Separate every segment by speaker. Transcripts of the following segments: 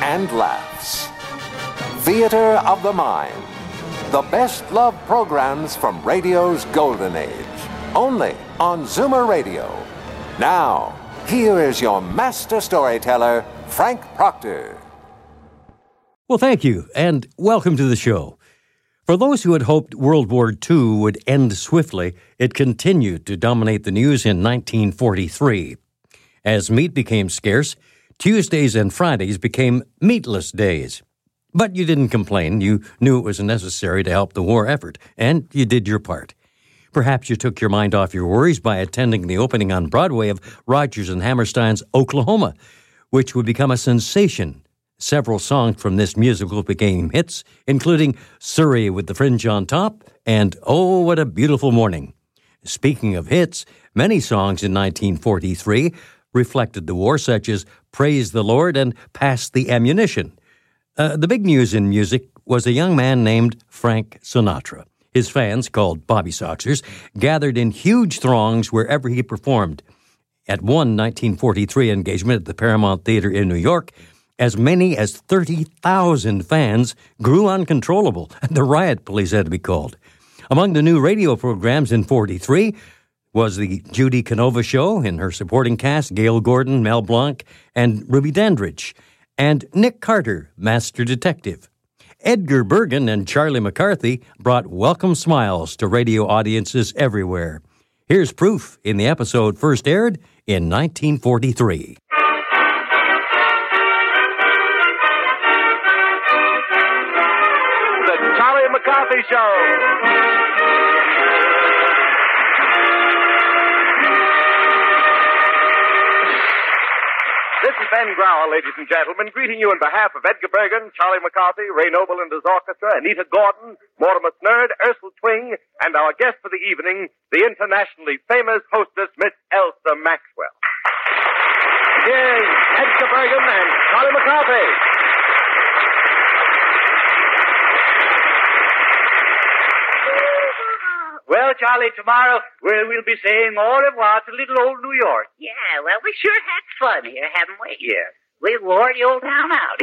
Speaker 1: and laughs. Theater of the Mind. The best love programs from radio's golden age. Only on Zoomer Radio. Now, here is your master storyteller, Frank Proctor.
Speaker 2: Well, thank you, and welcome to the show. For those who had hoped World War II would end swiftly, it continued to dominate the news in 1943. As meat became scarce, Tuesdays and Fridays became meatless days. But you didn't complain. You knew it was necessary to help the war effort, and you did your part. Perhaps you took your mind off your worries by attending the opening on Broadway of Rodgers and Hammerstein's Oklahoma, which would become a sensation. Several songs from this musical became hits, including Surrey with the Fringe on Top and Oh, What a Beautiful Morning. Speaking of hits, many songs in 1943 reflected the war, such as Praise the Lord and Pass the Ammunition. Uh, the big news in music was a young man named Frank Sinatra. His fans, called Bobby Soxers, gathered in huge throngs wherever he performed. At one 1943 engagement at the Paramount Theater in New York, as many as 30,000 fans grew uncontrollable, and the riot police had to be called. Among the new radio programs in 43 was the Judy Canova Show in her supporting cast, Gail Gordon, Mel Blanc, and Ruby Dandridge, and Nick Carter, Master Detective. Edgar Bergen and Charlie McCarthy brought welcome smiles to radio audiences everywhere. Here's proof in the episode first aired in 1943.
Speaker 3: The Charlie McCarthy Show. This is Ben Grauer, ladies and gentlemen, greeting you on behalf of Edgar Bergen, Charlie McCarthy, Ray Noble and his orchestra, Anita Gordon, Mortimer Snurd, Ursel Twing, and our guest for the evening, the internationally famous hostess, Miss Elsa Maxwell. Yay, Edgar Bergen and Charlie McCarthy.
Speaker 4: Well, Charlie, tomorrow we'll, we'll be saying au revoir to little old New York.
Speaker 5: Yeah, well, we sure had fun here, haven't we?
Speaker 4: Yeah.
Speaker 5: We wore the old town out.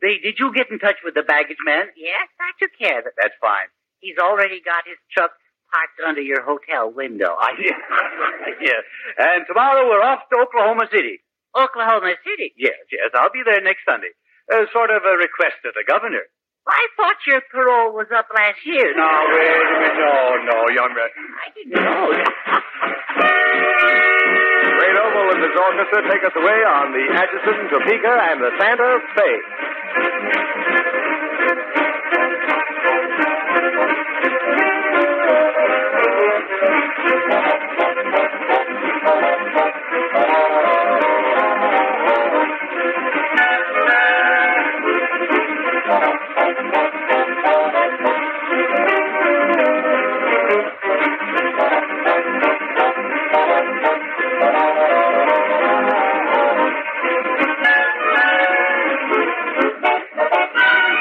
Speaker 4: Say, did you get in touch with the baggage man?
Speaker 5: yes, I took care of it.
Speaker 4: That's fine.
Speaker 5: He's already got his truck parked under your hotel window.
Speaker 4: I yeah. And tomorrow we're off to Oklahoma City.
Speaker 5: Oklahoma City.
Speaker 4: Yes, yes. I'll be there next Sunday. Uh, sort of a request of the governor.
Speaker 5: I thought your parole was up last year.
Speaker 4: No, wait a minute. No, no, young man.
Speaker 5: I didn't know that.
Speaker 3: Ray Noble and his orchestra take us away on the Atchison, Topeka, and the Santa Fe.
Speaker 4: Well,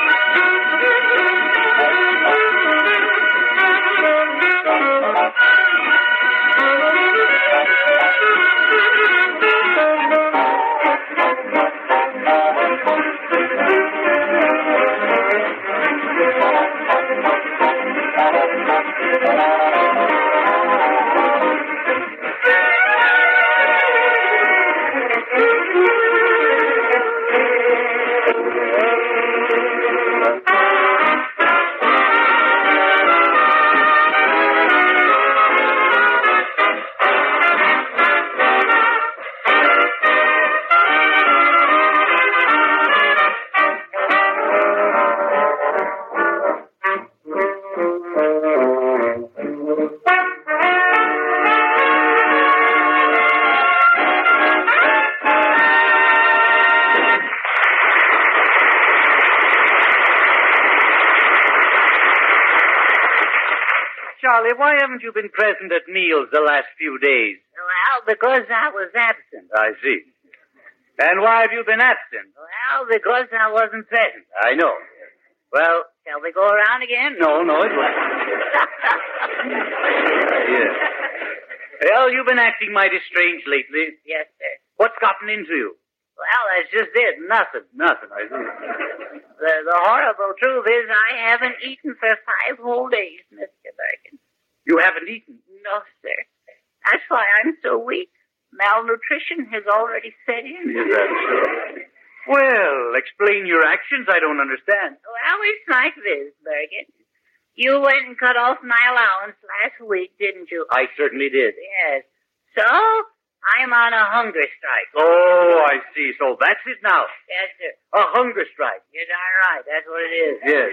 Speaker 4: Polly, why haven't you been present at meals the last few days?
Speaker 5: Well, because I was absent.
Speaker 4: I see. And why have you been absent?
Speaker 5: Well, because I wasn't present.
Speaker 4: I know. Well,
Speaker 5: Shall we go around again?
Speaker 4: no, no, it wasn't. yes. Well, you've been acting mighty strange lately.
Speaker 5: yes, sir.
Speaker 4: What's gotten into you?
Speaker 5: Well, that's just it. Nothing.
Speaker 4: Nothing, I see.
Speaker 5: The, the horrible truth is I haven't eaten for five whole days, Mr. Bergen.
Speaker 4: You haven't eaten.
Speaker 5: No, sir. That's why I'm so weak. Malnutrition has already set in.
Speaker 4: Well, explain your actions. I don't understand.
Speaker 5: Well, it's like this, Bergen. You went and cut off my allowance last week, didn't you?
Speaker 4: I certainly did.
Speaker 5: Yes. So, I'm on a hunger strike.
Speaker 4: Oh, I see. So that's it now.
Speaker 5: Yes, sir.
Speaker 4: A hunger strike.
Speaker 5: You're darn right. That's what it is.
Speaker 4: Yes.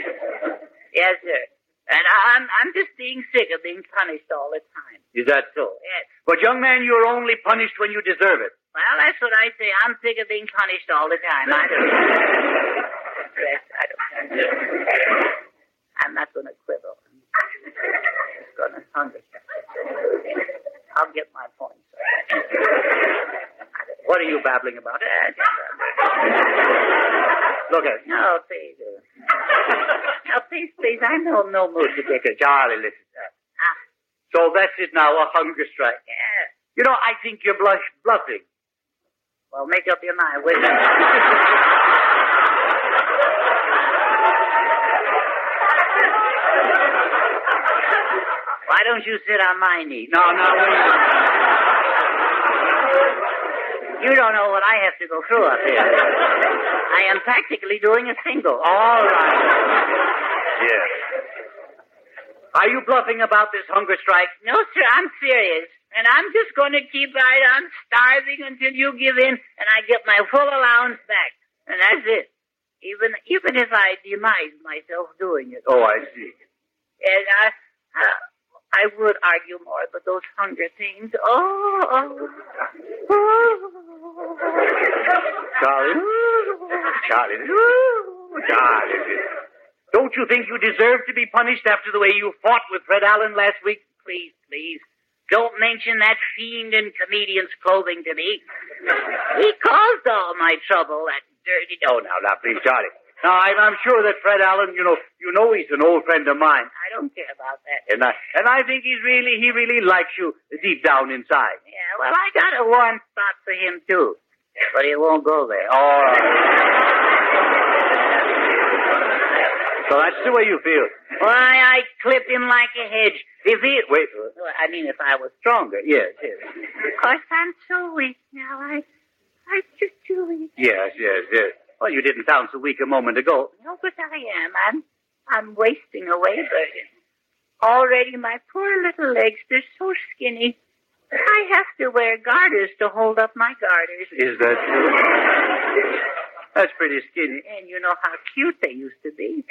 Speaker 5: Yes, sir. And I'm, I'm just being sick of being punished all the time.
Speaker 4: Is that so?
Speaker 5: Yes.
Speaker 4: But, young man, you're only punished when you deserve it.
Speaker 5: Well, that's what I say. I'm sick of being punished all the time. I don't. Yes, I don't. I'm not going to quibble. I'm just going to hunger strike. I'll get my point.
Speaker 4: What are you babbling about?
Speaker 5: Uh,
Speaker 4: Look at it.
Speaker 5: No, please. uh, Now, please, please. I'm no
Speaker 4: Oh,
Speaker 5: no mood to dicker.
Speaker 4: Charlie, listen.
Speaker 5: Ah,
Speaker 4: So that's it now, a hunger strike.
Speaker 5: yes.
Speaker 4: You know, I think you're blush bluffing.
Speaker 5: Well, make up your mind. Wait a minute. Why don't you sit on my knee?
Speaker 4: No, no, wait a minute.
Speaker 5: You don't know what I have to go through up here. I am practically doing a single.
Speaker 4: All right. Yes. Are you bluffing about this hunger strike?
Speaker 5: No, sir, I'm serious. And I'm just going to keep right on starving until you give in and I get my full allowance back. And that's it. Even even if I demise myself doing it.
Speaker 4: Oh, I see.
Speaker 5: And I, I, I would argue more, but those hunger things. Oh, oh,
Speaker 4: Charlie? Charlie.
Speaker 5: oh.
Speaker 4: Charlie. Don't you think you deserve to be punished after the way you fought with Fred Allen last week?
Speaker 5: please, please. Don't mention that fiend in comedian's clothing to me. He caused all my trouble, that dirty
Speaker 4: Oh,
Speaker 5: dog.
Speaker 4: now, now, please, Charlie. Now, I'm, I'm sure that Fred Allen, you know, you know he's an old friend of mine.
Speaker 5: I don't care about that.
Speaker 4: And I, and I think he's really, he really likes you deep down inside.
Speaker 5: Yeah, well, I got a warm spot for him, too. But he won't go there.
Speaker 4: All right. So that's the way you feel.
Speaker 5: Why, I clipped him like a hedge. If he...
Speaker 4: Wait.
Speaker 5: Well, I mean, if I was stronger.
Speaker 4: Yes, yes.
Speaker 5: Of course, I'm so weak now. I, I'm just too weak.
Speaker 4: Yes, yes, yes. Well, you didn't sound so weak a moment ago.
Speaker 5: No, but I am. I'm, I'm wasting away, Bergen. Already my poor little legs, they're so skinny. I have to wear garters to hold up my garters.
Speaker 4: Is that true? That's pretty skinny.
Speaker 5: And you know how cute they used to be.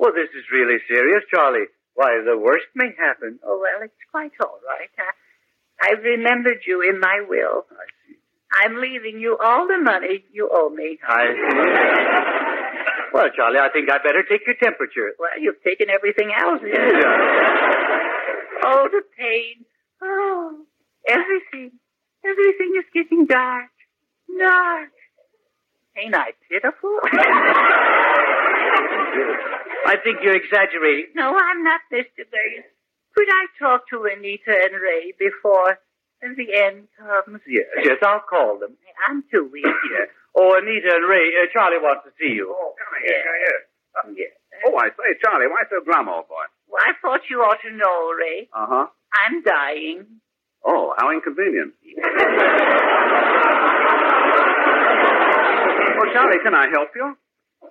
Speaker 4: Well, this is really serious, Charlie. Why, the worst may happen.
Speaker 5: Oh, well, it's quite all right. I, I've remembered you in my will. I'm leaving you all the money you owe me.
Speaker 4: I Well, Charlie, I think I'd better take your temperature.
Speaker 5: Well, you've taken everything else. Oh, the pain. Oh, everything. Everything is getting dark. Dark. Ain't I pitiful?
Speaker 4: I think you're exaggerating.
Speaker 5: no, I'm not, Mr. Bergen. Could I talk to Anita and Ray before the end comes?
Speaker 4: Yes, yes, I'll call them.
Speaker 5: I'm too weak here.
Speaker 4: Oh, Anita and Ray, uh, Charlie wants to see you. Uh,
Speaker 6: Oh, come here, come here. Oh, I say, Charlie, why so glum, old boy?
Speaker 5: Well, I thought you ought to know, Ray.
Speaker 6: Uh
Speaker 4: Uh-huh.
Speaker 6: huh.
Speaker 5: I'm dying.
Speaker 6: Oh, how inconvenient.
Speaker 4: Oh,
Speaker 6: well, Charlie, can I help you?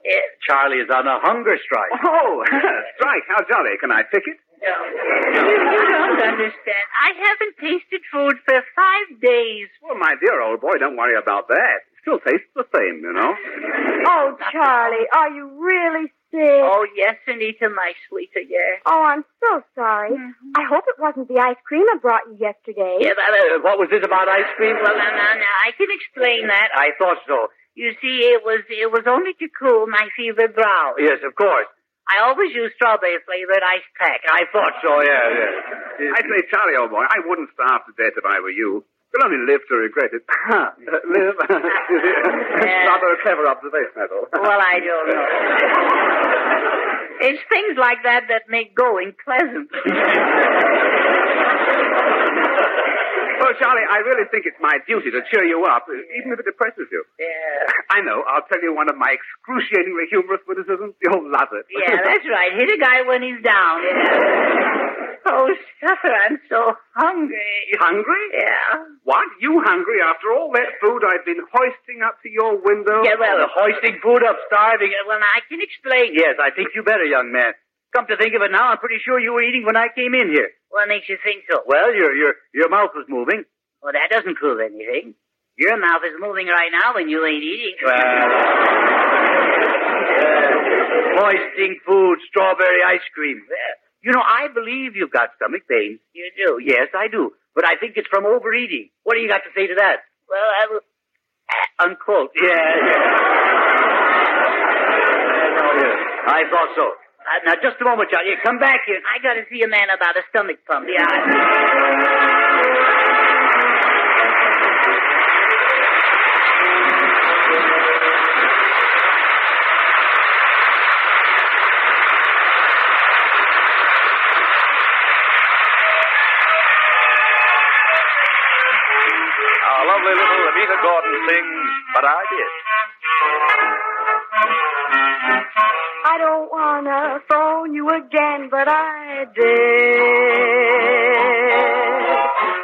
Speaker 5: Eh,
Speaker 4: Charlie is on a hunger strike.
Speaker 6: Oh, strike. How jolly. Can I pick it?
Speaker 5: you don't understand. I haven't tasted food for five days.
Speaker 6: Well, my dear old boy, don't worry about that. It still tastes the same, you know.
Speaker 7: Oh, Charlie, are you really sick?
Speaker 5: Oh, yes, Anita, my sweeter, yes. Mm-hmm.
Speaker 7: Oh, I'm so sorry. I hope it wasn't the ice cream I brought you yesterday.
Speaker 5: Yeah, but,
Speaker 4: Uh, what was this about ice cream?
Speaker 5: well, now, now, now, I can explain that.
Speaker 4: I thought so.
Speaker 5: You see, it was it was only to cool my fevered brow.
Speaker 4: Yes, of course.
Speaker 5: I always use strawberry flavored ice pack. I thought
Speaker 6: so, yeah, yeah. I say, Charlie, old boy, I wouldn't starve to death if I were you. You'll only live to regret it. Uh, live.
Speaker 5: Yeah.
Speaker 6: Rather a clever observation, that's all.
Speaker 5: Well, I don't know. It's things like that that make going pleasant.
Speaker 6: Well, Charlie, I really think it's my duty to cheer you up, even if it depresses you.
Speaker 5: Yeah.
Speaker 6: I know. I'll tell you one of my excruciatingly humorous witticisms. You'll love it.
Speaker 5: Yeah, that's right. Hit a guy when he's down. Yeah. Oh, sir, I'm so hungry.
Speaker 6: Hungry?
Speaker 5: Yeah.
Speaker 6: What? You hungry after all that food I've been hoisting up to your window?
Speaker 5: Yeah, well-
Speaker 4: The hoisting food up, starving.
Speaker 5: Yeah, Well, I can explain.
Speaker 4: Yes, I think you better, young man. Come to think of it now, I'm pretty sure you were eating when I came in here.
Speaker 5: What makes you think so?
Speaker 4: Well, your your your mouth was moving.
Speaker 5: Well, that doesn't prove anything. Your mouth is moving right now when you ain't eating.
Speaker 4: Well, uh, hoisting food, strawberry ice cream. Yeah. You know, I believe you've got stomach pains.
Speaker 5: You do.
Speaker 4: Yes, I do. But I think it's from overeating. What do you got to say to that?
Speaker 5: Well, I will.
Speaker 4: Unquote. Yeah. I thought so. Uh, now, just a moment, Charlie. Come back here.
Speaker 5: I got to see a man about a stomach pump. Yeah. I-
Speaker 3: Our lovely little Anita Gordon sings, But I Did.
Speaker 7: I don't wanna phone you again, but I did.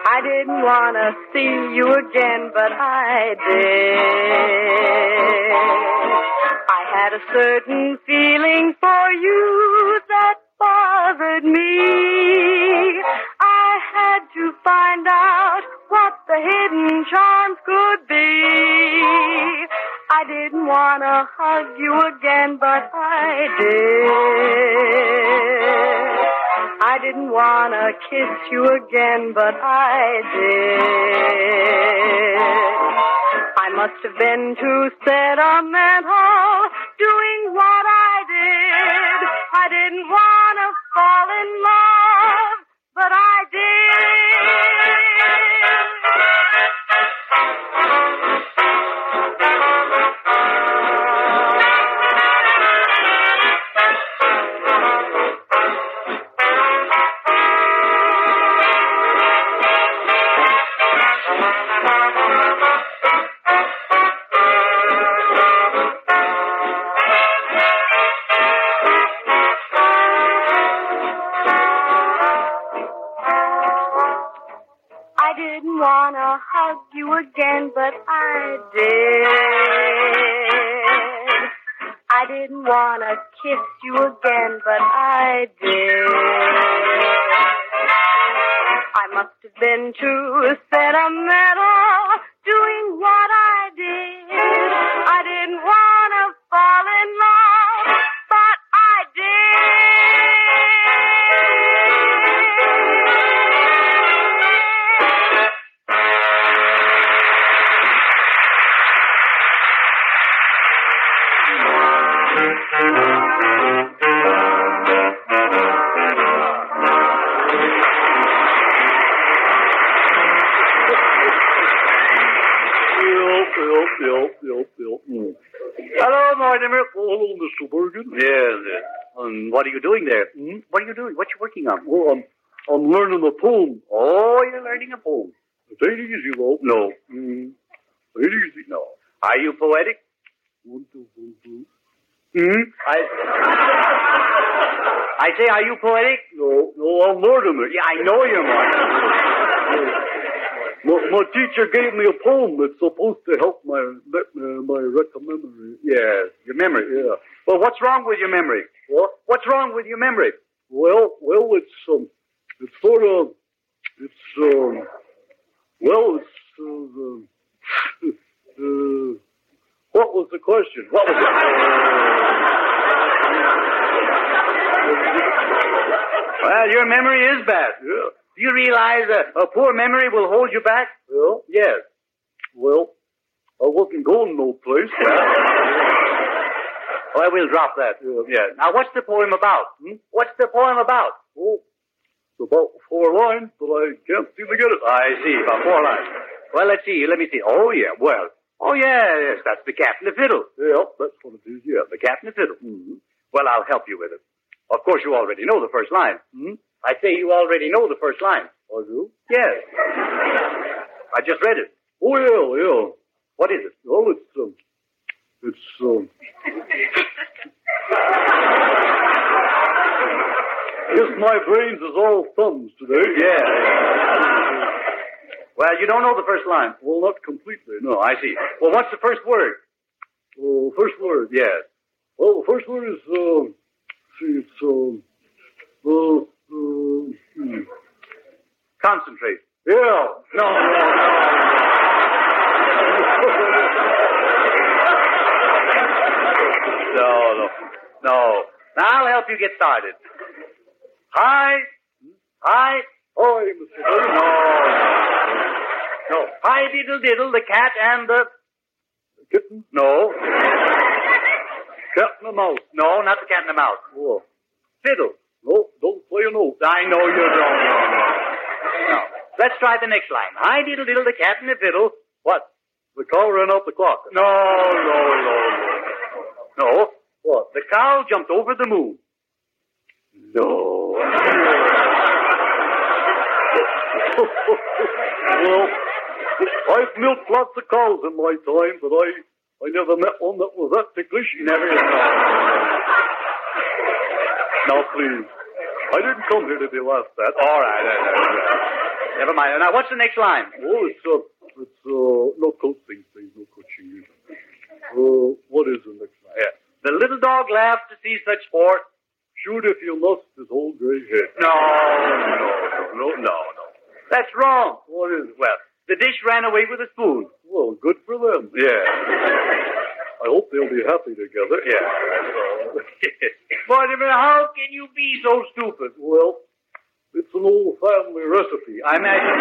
Speaker 7: I didn't wanna see you again, but I did. I had a certain feeling for you that bothered me. I had to find out what the hidden charms could be. I didn't want to hug you again, but I did. I didn't want to kiss you again, but I did. I must have been too sentimental doing what I did. I didn't want to fall in love, but I did. I didn't want to hug you again, but I did. I didn't want to kiss you again, but I did. I must have been too sentimental doing what I did. I didn't want to fall in love, but I did.
Speaker 4: mm. Hello, Mortimer. Hello, Mr. Bergen. Yes. yes. Um, what are you doing there? Hmm? What are you doing? What you working on? Well, I'm, I'm learning a poem. Oh, you're learning a poem. It ain't easy, though. No. Mm. It ain't easy. No. Are you poetic? One, two, one, two. Hmm? I, I say, are you poetic? No, no, I'm Mortimer. Yeah, I know you're Mortimer. My, my teacher gave me a poem that's supposed to help my me- my rec- memory. Yes, your memory. Yeah. Well, what's wrong with your memory? What? What's wrong with your memory? Well, well, it's um, it's sort of, it's um, well, it's uh, the- uh, what was the question? What was it? well, your memory is bad. Yeah. Do you realize a, a poor memory will hold you back? Well, yes. Well, I wasn't going no place. Oh, I will drop that. Uh, yeah. Now, what's the poem about? Hmm? What's the poem about? Oh, it's about four lines, but I can't seem to get it. I see, about four lines. Well, let's see. Let me see. Oh, yeah. Well, oh, yeah, yes. That's the cat and the fiddle. Yep, that's what it is. Yeah, the cat and the fiddle. hmm Well, I'll help you with it. Of course, you already know the first line. hmm I say you already know the first line. I do? Yes. I just read it. Oh, yeah, yeah. What is it? Oh, it's, um, it's, um... Just my brains is all thumbs today. Yeah. Well, you don't know the first line. Well, not completely, no. I see. Well, what's the first word? Oh, first word? Yes. Well, the first word is, uh, see, it's, um, uh, uh, hmm. Concentrate. Yeah. No, no, no. No. Now I'll help you get started. Hi. Hi. Oh, Mr. No. No. Hi, diddle diddle, the cat and the... Kitten? No. cat and the mouse. No, not the cat and the mouse. Oh. Fiddle. No, don't play a note. I know you don't. No, no. no. Let's try the next line. Hi, diddle diddle, the cat and the fiddle. What? The cow ran out the clock. No, no, no, no. No. What? The cow jumped over the moon. No. well, I've milked lots of cows in my time, but I, I never met one that was that ticklish. Never. now, please. I didn't come here to be laughed at. All right. all right, all right. Never mind. Now, what's the next line? Oh, it's, uh, it's, uh, no coaching, please. No coaching. Uh, what is the next line? Yeah. The little dog laughed to see such sport. Shoot if you lost his whole gray head. No, no, no, no, no. That's wrong. What is it? Well, the dish ran away with a spoon. Well, good for them. Yeah. I hope they'll be happy together. Yeah. Mortimer, how can you be so stupid? Well, it's an old family recipe. I imagine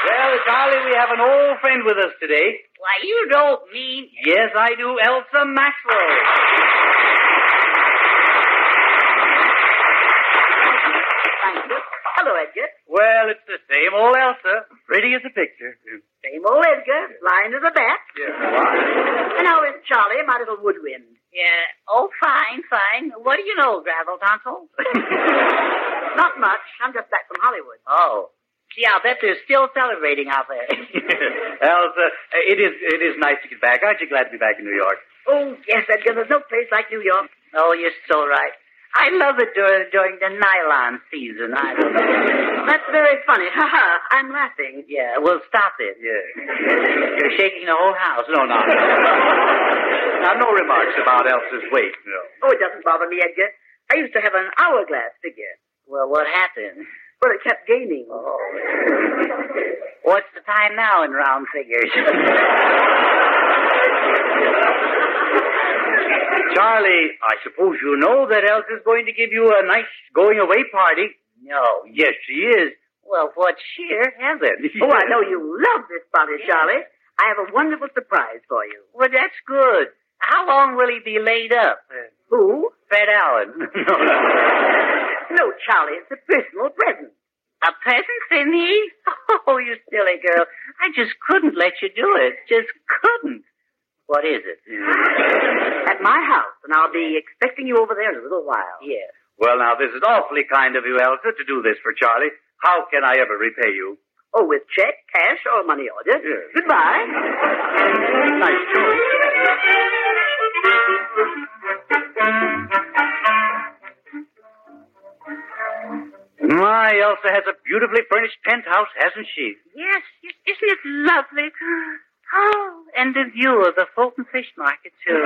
Speaker 4: Well, Charlie, we have an old friend with us today.
Speaker 5: Why, you don't mean.
Speaker 4: Yes, I do, Elsa Maxwell.
Speaker 5: Thank you. Hello, Edgar.
Speaker 4: Well, it's the same old Elsa. Pretty as a picture.
Speaker 5: Same old Edgar, blind as a bat. And how is Charlie, my little woodwind? Yeah. Oh, fine, fine. What do you know, Gravel Tonsil? Not much. I'm just back from Hollywood.
Speaker 4: Oh.
Speaker 5: Gee, I'll bet they're still celebrating out there.
Speaker 4: Elsa, uh, it is it is nice to get back. Aren't you glad to be back in New York?
Speaker 5: Oh, yes, Edgar, there's no place like New York. Oh, you're so right. I love it during, during the nylon season. I do That's very funny. Ha ha, I'm laughing. Yeah, well, stop it. Yeah. You're shaking the whole house.
Speaker 4: No, no, no. now, no remarks about Elsa's weight. No.
Speaker 8: Oh, it doesn't bother me, Edgar. I used to have an hourglass figure.
Speaker 5: Well, what happened?
Speaker 8: Well, it kept gaining.
Speaker 5: Oh. What's the time now in round figures?
Speaker 4: Charlie, I suppose you know that Elsa's going to give you a nice going away party.
Speaker 5: no.
Speaker 4: Yes, she is.
Speaker 5: Well, what sheer heaven.
Speaker 8: Oh, I know you love this party, Charlie. I have a wonderful surprise for you.
Speaker 5: Well, that's good. How long will he be laid up?
Speaker 8: Who?
Speaker 5: Fred Allen.
Speaker 8: No, Charlie, it's a personal present.
Speaker 5: A present, Finney? Oh, you silly girl. I just couldn't let you do it. Just couldn't. What is it?
Speaker 8: At my house, and I'll be expecting you over there in a little while.
Speaker 5: Yes.
Speaker 4: Well, now, this is awfully kind of you, Elsa, to do this for Charlie. How can I ever repay you?
Speaker 8: Oh, with check, cash, or money order. Goodbye.
Speaker 4: Nice choice. My Elsa has a beautifully furnished penthouse, hasn't she?
Speaker 5: Yes, yes. Isn't it lovely? Oh, and the view of the Fulton Fish Market, too.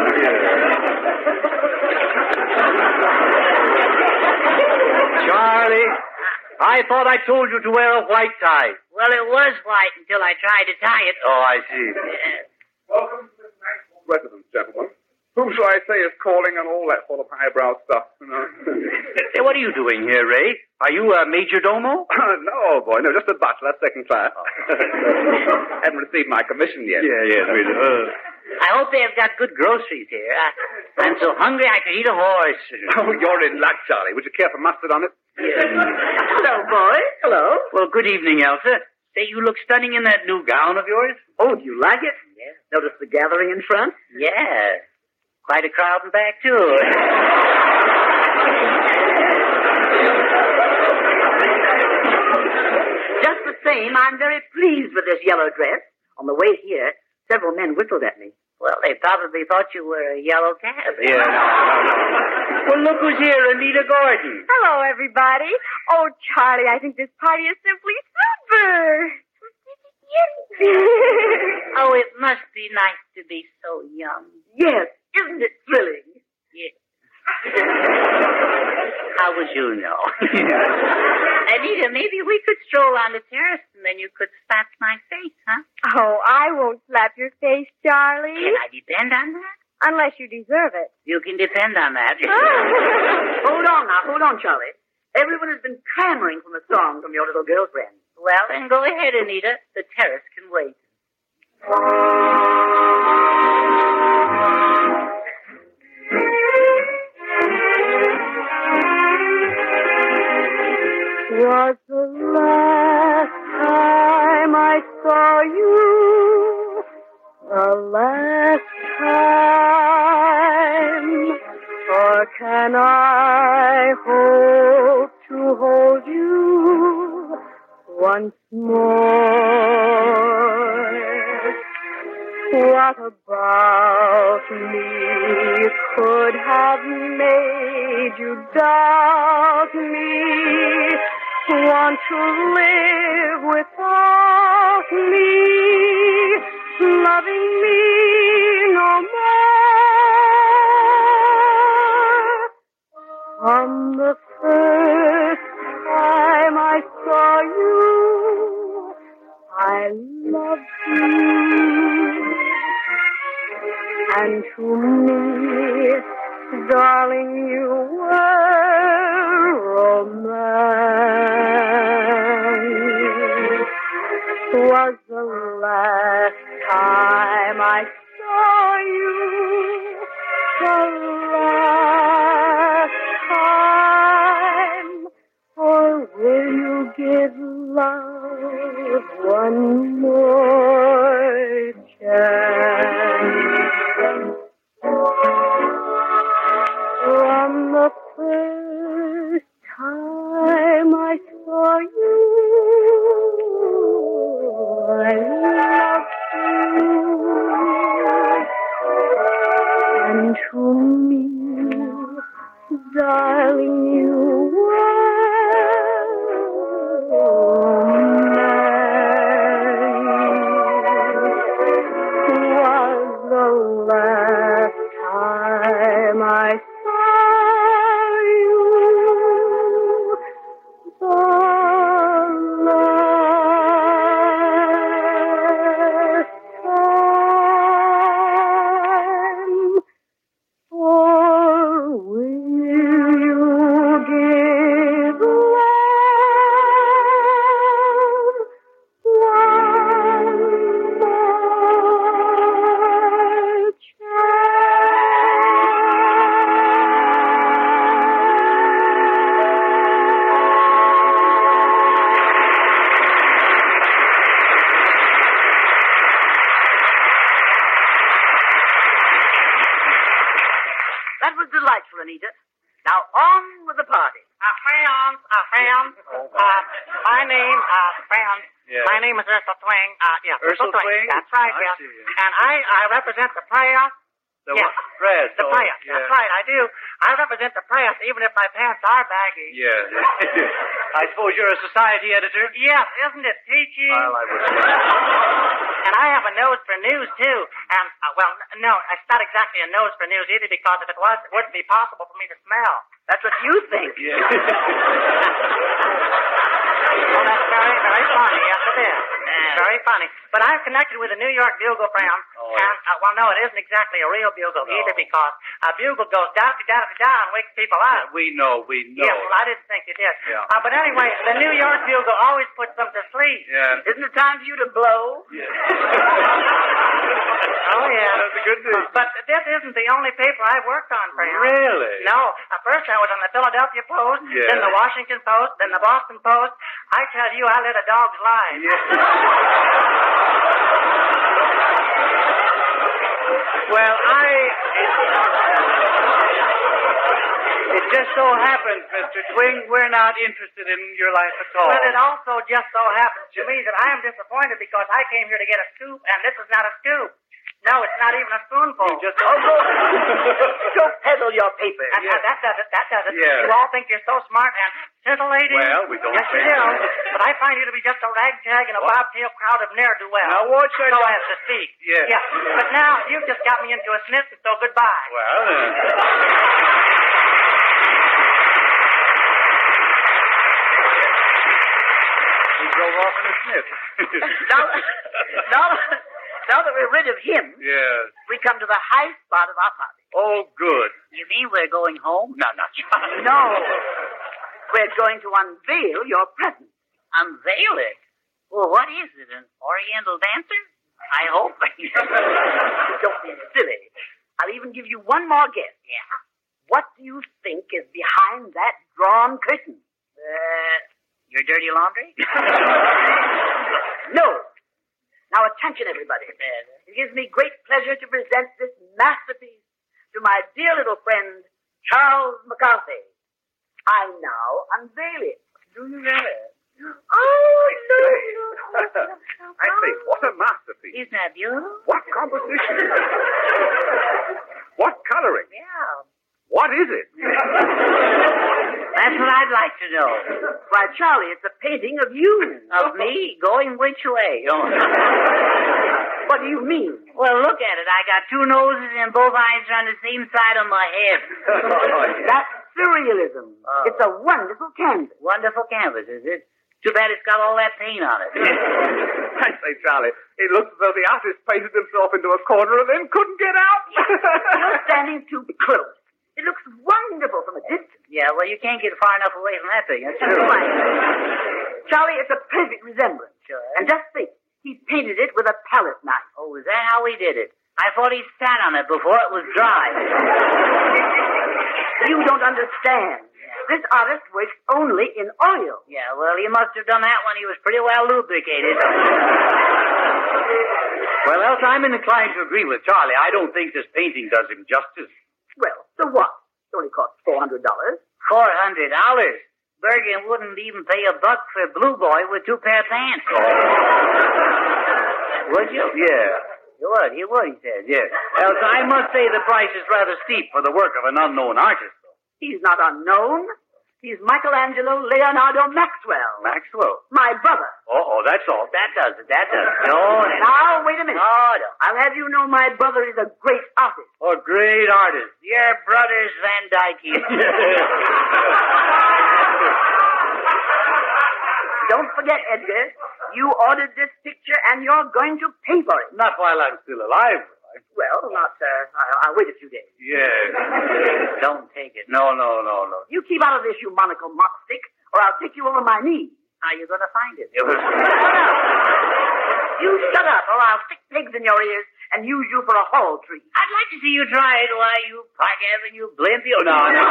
Speaker 4: Charlie, I thought I told you to wear a white tie.
Speaker 5: Well, it was white until I tried to tie it.
Speaker 4: Oh, I see.
Speaker 9: Welcome to this nice old residence, gentlemen. Whom shall I say is calling and all that sort of highbrow stuff, you know?
Speaker 4: Hey, what are you doing here, Ray? Are you a major domo?
Speaker 9: no, boy, no, just a butler, second class.
Speaker 4: Oh.
Speaker 9: Haven't received my commission yet.
Speaker 4: yes, we do.
Speaker 5: I hope they have got good groceries here. I, I'm so hungry I could eat a horse.
Speaker 9: Oh, you're in luck, Charlie. Would you care for mustard on it?
Speaker 8: Hello, Oh, boy. Hello.
Speaker 4: Well, good evening, Elsa. Say, you look stunning in that new gown of yours.
Speaker 8: Oh, do you like it?
Speaker 5: Yes.
Speaker 8: Notice the gathering in front?
Speaker 5: Yeah. Quite a crowd in back, too.
Speaker 8: Just the same, I'm very pleased with this yellow dress. On the way here, several men whistled at me.
Speaker 5: Well, they probably thought you were a yellow cab.
Speaker 4: Well, look who's here, Anita Gordon.
Speaker 7: Hello, everybody. Oh, Charlie, I think this party is simply super.
Speaker 5: Oh, it must be nice to be so young.
Speaker 8: Yes, isn't it thrilling?
Speaker 5: How would you know? Anita, maybe we could stroll on the terrace and then you could slap my face, huh?
Speaker 7: oh, I won't slap your face, Charlie,
Speaker 5: Can I depend on that?
Speaker 7: unless you deserve it.
Speaker 5: You can depend on that.
Speaker 8: Hold on now, hold on, Charlie. Everyone has been clamoring for a song from your little girlfriend.
Speaker 5: well, then go ahead, Anita. The terrace can wait.
Speaker 7: Was the last time I saw you? The last time? Or can I hope to hold you once more? What about me could have made you doubt me? Want to live without me? Loving me no more? From the first time I saw you, I loved you. And to me, darling, you were romance. Was the last time I saw you, the last time. Or will you give love one more chance? From the first time I saw you,
Speaker 5: Rita. Now on with the party.
Speaker 10: Uh, friends, uh, friends, uh, my name, uh, friends,
Speaker 5: Yeah.
Speaker 10: my name is Ursula Twing. Uh, yes,
Speaker 5: Ursel Twing?
Speaker 10: That's right,
Speaker 5: I
Speaker 10: yes.
Speaker 5: see.
Speaker 10: And I, I represent the press.
Speaker 5: The
Speaker 10: yes.
Speaker 5: what? Press,
Speaker 10: The
Speaker 5: oh,
Speaker 10: press,
Speaker 5: yeah.
Speaker 10: that's right, I do. I represent the press, even if my pants are baggy.
Speaker 11: Yes. I suppose you're a society editor?
Speaker 10: Yes, isn't it peachy?
Speaker 11: Well, I was-
Speaker 10: And I have a nose for news, too. And, uh, well, n- no, it's not exactly a nose for news either, because if it was, it wouldn't be possible for me to smell. That's what you think.
Speaker 5: Yeah.
Speaker 10: well, that's very, very funny. Yes, it is. Very funny. But I'm connected with the New York Bugle Brown.
Speaker 11: Oh,
Speaker 10: and, uh, well, no, it isn't exactly a real bugle either, because a bugle goes down, down, down, and wakes people
Speaker 4: Uh,
Speaker 10: up.
Speaker 11: we know, we know.
Speaker 10: Yeah, well, I didn't think you did.
Speaker 11: Yeah.
Speaker 10: Uh, but anyway, the New York bugle always puts them to sleep.
Speaker 11: Yeah.
Speaker 10: Isn't it time for you to blow? Yeah. oh, yeah. That's a good news. But this isn't the only paper I've worked on, Fran.
Speaker 11: Really?
Speaker 10: No. Uh, first I was on the Philadelphia Post,
Speaker 11: Yeah.
Speaker 10: then the Washington Post, then the Boston Post. I tell you, I led a dog's life.
Speaker 11: Well, I. It just so happens, Mr. Twing, we're not interested in your life at all.
Speaker 10: But it also just so happens to me that I am disappointed because I came here to get a scoop, and this is not a scoop. No, it's not even a spoonful. just oh, no.
Speaker 5: Don't peddle your paper.
Speaker 10: And, and that does it. That does it.
Speaker 5: Yeah.
Speaker 10: You all think you're so smart and scintillating.
Speaker 5: Well, we don't
Speaker 10: Yes, you
Speaker 5: think
Speaker 10: do.
Speaker 5: so.
Speaker 10: But I find you to be just a ragtag and a bobtail crowd of ne'er do well.
Speaker 11: Now, what should
Speaker 10: So
Speaker 11: I-
Speaker 10: as to speak.
Speaker 11: Yes.
Speaker 10: Yeah. But now you've just got me into a snitch, and so goodbye.
Speaker 11: Well,
Speaker 6: He drove off in a sniff.
Speaker 5: now, now, now that we're rid of him,
Speaker 6: yes.
Speaker 5: we come to the high spot of our party.
Speaker 6: Oh, good.
Speaker 5: You mean we're going home?
Speaker 6: No, not you.
Speaker 5: No. We're going to unveil your present. Unveil it? Well, what is it, an oriental dancer? I hope. Don't be silly. I'll even give you one more guess. Yeah? What do you think is behind that drawn curtain? Uh, your dirty laundry? no. Now, attention, everybody. It gives me great pleasure to present this masterpiece to my dear little friend, Charles McCarthy. I now unveil it. Do you really? Oh, no,
Speaker 6: I say, what a masterpiece.
Speaker 5: Isn't that beautiful?
Speaker 6: What composition. what coloring.
Speaker 5: Yeah.
Speaker 6: What is it?
Speaker 5: That's what I'd like to know. Why, Charlie, it's a painting of you. Of me? Going which way? what do you mean? Well, look at it. I got two noses and both eyes are on the same side of my head. That's surrealism. It's a wonderful canvas. Wonderful canvas, is it? Too bad it's got all that paint on it.
Speaker 6: I say, Charlie, it looks as though the artist painted himself into a corner and then couldn't get out.
Speaker 5: You're standing too close. It looks wonderful from a distance. Yeah, well, you can't get far enough away from that thing. That's true. Charlie, it's a perfect resemblance. Sure. And just think, he painted it with a palette knife. Oh, is that how he did it? I thought he sat on it before it was dry. you don't understand. This artist works only in oil. Yeah, well, he must have done that when he was pretty well lubricated.
Speaker 11: well, else I'm inclined to agree with Charlie. I don't think this painting does him justice.
Speaker 5: Well, so what? It only cost four hundred dollars. Four hundred dollars? Bergen wouldn't even pay a buck for a blue boy with two pair of pants. would you?
Speaker 11: Yeah.
Speaker 5: You would, you would, he says.
Speaker 11: Yes. Else I must say the price is rather steep for the work of an unknown artist.
Speaker 5: He's not unknown. He's Michelangelo Leonardo Maxwell.
Speaker 11: Maxwell.
Speaker 5: My brother.
Speaker 11: Oh, oh, that's all. That does it. That does it. No,
Speaker 5: Now, wait a minute. Oh, no. I'll have you know my brother is a great artist.
Speaker 11: A great artist.
Speaker 5: Your brother's Van Don't forget, Edgar, you ordered this picture and you're going to pay for it.
Speaker 11: Not while I'm still alive.
Speaker 5: Well, not, uh, I- I'll wait a few days.
Speaker 11: Yes.
Speaker 5: Don't take it.
Speaker 11: No, no, no, no.
Speaker 5: You keep out of this, you monocle mopstick, or I'll take you over my knee. How you going to find it?
Speaker 11: It was-
Speaker 5: You shut up, or I'll stick pigs in your ears and use you for a hollow tree. I'd like to see you try it. Why, you Park Avenue blimpy. Oh,
Speaker 11: no, no.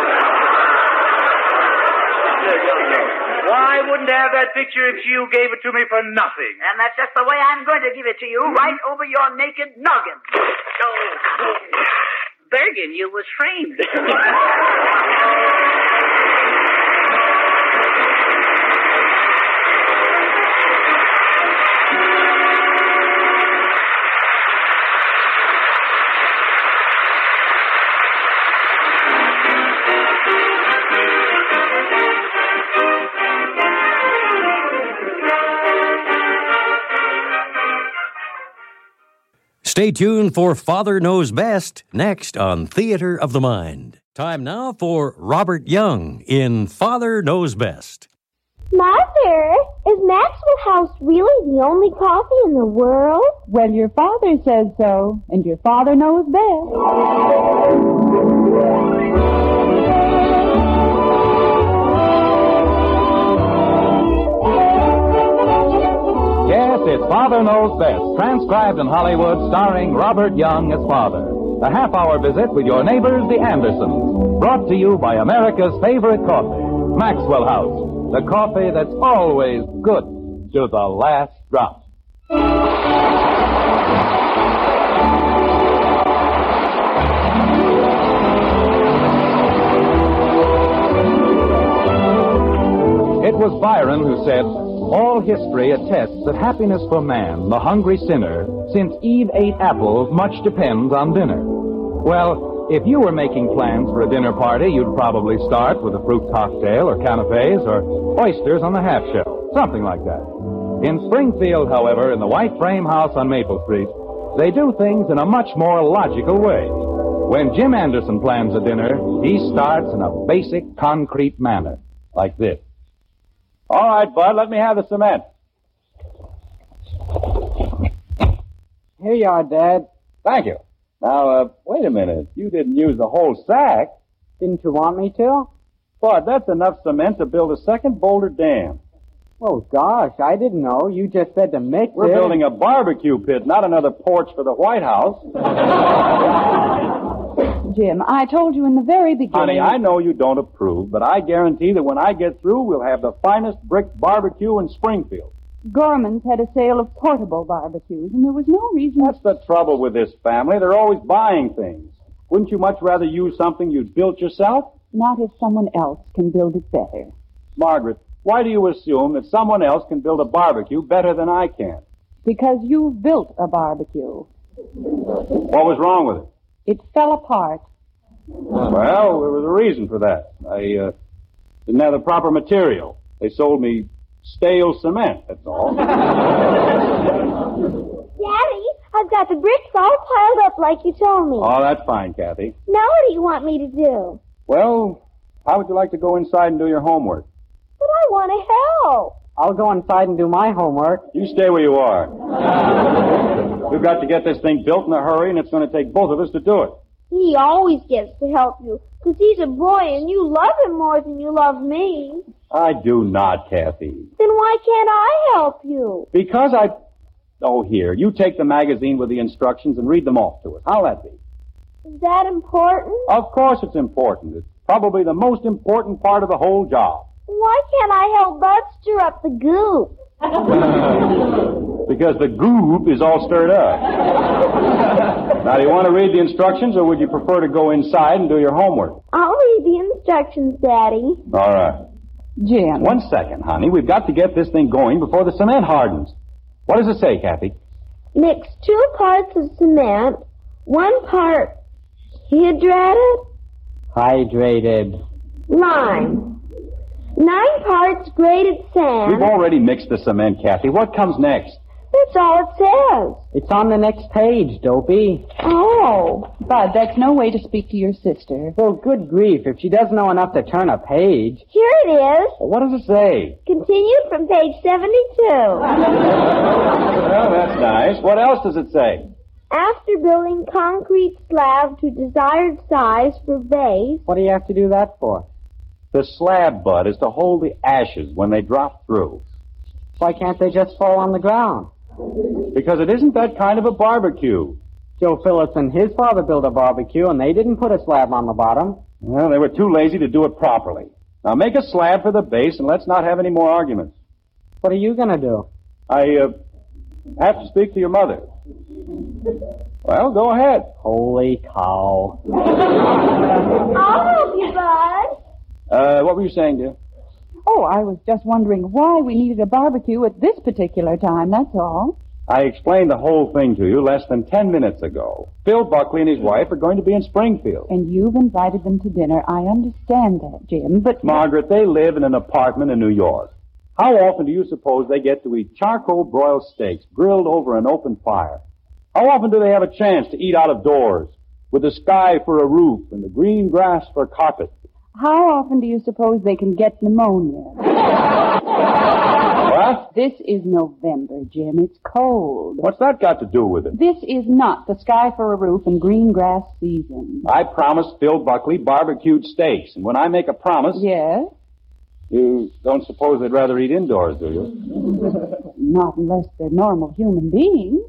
Speaker 11: Why wouldn't I have that picture if you gave it to me for nothing?
Speaker 5: And that's just the way I'm going to give it to you, right over your naked noggin. Bergen, you was framed.
Speaker 2: Stay tuned for Father Knows Best next on Theater of the Mind. Time now for Robert Young in Father Knows Best.
Speaker 12: Mother, is Maxwell House really the only coffee in the world?
Speaker 13: Well, your father says so, and your father knows best.
Speaker 14: Yes, it's Father Knows Best, transcribed in Hollywood, starring Robert Young as father. A half hour visit with your neighbors, the Andersons. Brought to you by America's favorite coffee, Maxwell House. The coffee that's always good to the last drop. It was Byron who said, all history attests that happiness for man, the hungry sinner, since Eve ate apples, much depends on dinner. Well, if you were making plans for a dinner party, you'd probably start with a fruit cocktail or canapes or oysters on the half shell, something like that. In Springfield, however, in the white frame house on Maple Street, they do things in a much more logical way. When Jim Anderson plans a dinner, he starts in a basic, concrete manner, like this.
Speaker 15: All right, Bud, let me have the cement. Here you are, Dad. Thank you. Now, uh, wait a minute. You didn't use the whole sack. Didn't you want me to? Bud, that's enough cement to build a second Boulder Dam.
Speaker 16: Oh, gosh, I didn't know. You just said to mix
Speaker 15: We're
Speaker 16: it.
Speaker 15: building a barbecue pit, not another porch for the White House.
Speaker 13: Jim, I told you in the very beginning.
Speaker 15: Honey, I know you don't approve, but I guarantee that when I get through, we'll have the finest brick barbecue in Springfield.
Speaker 13: Gorman's had a sale of portable barbecues, and there was no reason.
Speaker 15: That's the trouble with this family. They're always buying things. Wouldn't you much rather use something you'd built yourself?
Speaker 13: Not if someone else can build it better.
Speaker 15: Margaret, why do you assume that someone else can build a barbecue better than I can?
Speaker 13: Because you built a barbecue.
Speaker 15: What was wrong with it?
Speaker 13: It fell apart.
Speaker 15: Well, there was a reason for that. I uh, didn't have the proper material. They sold me stale cement, that's all.
Speaker 16: Oh.
Speaker 12: Daddy, I've got the bricks all piled up like you told me.
Speaker 15: oh, that's fine, Kathy.
Speaker 12: Now what do you want me to do?
Speaker 15: Well, how would you like to go inside and do your homework?
Speaker 12: But I want to help.
Speaker 16: I'll go inside and do my homework.
Speaker 15: You stay where you are. We've got to get this thing built in a hurry, and it's going to take both of us to do it.
Speaker 12: He always gets to help you, 'cause he's a boy and you love him more than you love me.
Speaker 15: I do not, Kathy.
Speaker 12: Then why can't I help you?
Speaker 15: Because I. Oh, here. You take the magazine with the instructions and read them off to us. How'll that be?
Speaker 12: Is that important?
Speaker 15: Of course it's important. It's probably the most important part of the whole job.
Speaker 12: Why can't I help Bud stir up the goop?
Speaker 15: Because the goob is all stirred up. Now, do you want to read the instructions, or would you prefer to go inside and do your homework?
Speaker 12: I'll read the instructions, Daddy.
Speaker 15: All right.
Speaker 13: Jim.
Speaker 15: One second, honey. We've got to get this thing going before the cement hardens. What does it say, Kathy?
Speaker 12: Mix two parts of cement, one part hydrated
Speaker 16: Hydrated.
Speaker 12: lime, nine parts grated
Speaker 15: We've
Speaker 12: sand.
Speaker 15: already mixed the cement, Kathy. What comes next?
Speaker 12: That's all it says.
Speaker 16: It's on the next page, Dopey.
Speaker 12: Oh.
Speaker 13: Bud, that's no way to speak to your sister.
Speaker 16: Well, good grief, if she doesn't know enough to turn a page.
Speaker 12: Here it is.
Speaker 15: What does it say?
Speaker 12: Continued from page 72.
Speaker 15: Well, Oh, that's nice. What else does it say?
Speaker 12: After building concrete slab to desired size for base,
Speaker 16: What do you have to do that for?
Speaker 15: The slab bud is to hold the ashes when they drop through.
Speaker 16: Why can't they just fall on the ground?
Speaker 15: Because it isn't that kind of a barbecue.
Speaker 16: Joe Phillips and his father built a barbecue, and they didn't put a slab on the bottom.
Speaker 15: Well, they were too lazy to do it properly. Now make a slab for the base and let's not have any more arguments.
Speaker 16: What are you gonna do?
Speaker 15: I, uh, have to speak to your mother. Well, go ahead.
Speaker 16: Holy cow.
Speaker 12: I'll help you, Bud.
Speaker 15: Uh, what were you saying, dear?
Speaker 13: Oh, I was just wondering why we needed a barbecue at this particular time, that's all.
Speaker 15: I explained the whole thing to you less than ten minutes ago. Bill Buckley and his wife are going to be in Springfield.
Speaker 13: And you've invited them to dinner. I understand that, Jim, but.
Speaker 15: Margaret, they live in an apartment in New York. How often do you suppose they get to eat charcoal broiled steaks grilled over an open fire? How often do they have a chance to eat out of doors with the sky for a roof and the green grass for a carpet?
Speaker 13: How often do you suppose they can get pneumonia?
Speaker 15: What?
Speaker 13: This is November, Jim. It's cold.
Speaker 15: What's that got to do with it?
Speaker 13: This is not the sky for a roof and green grass season.
Speaker 15: I promised Bill Buckley barbecued steaks, and when I make a promise,
Speaker 13: Yes?
Speaker 15: you don't suppose they'd rather eat indoors, do you?
Speaker 13: Not unless they're normal human beings.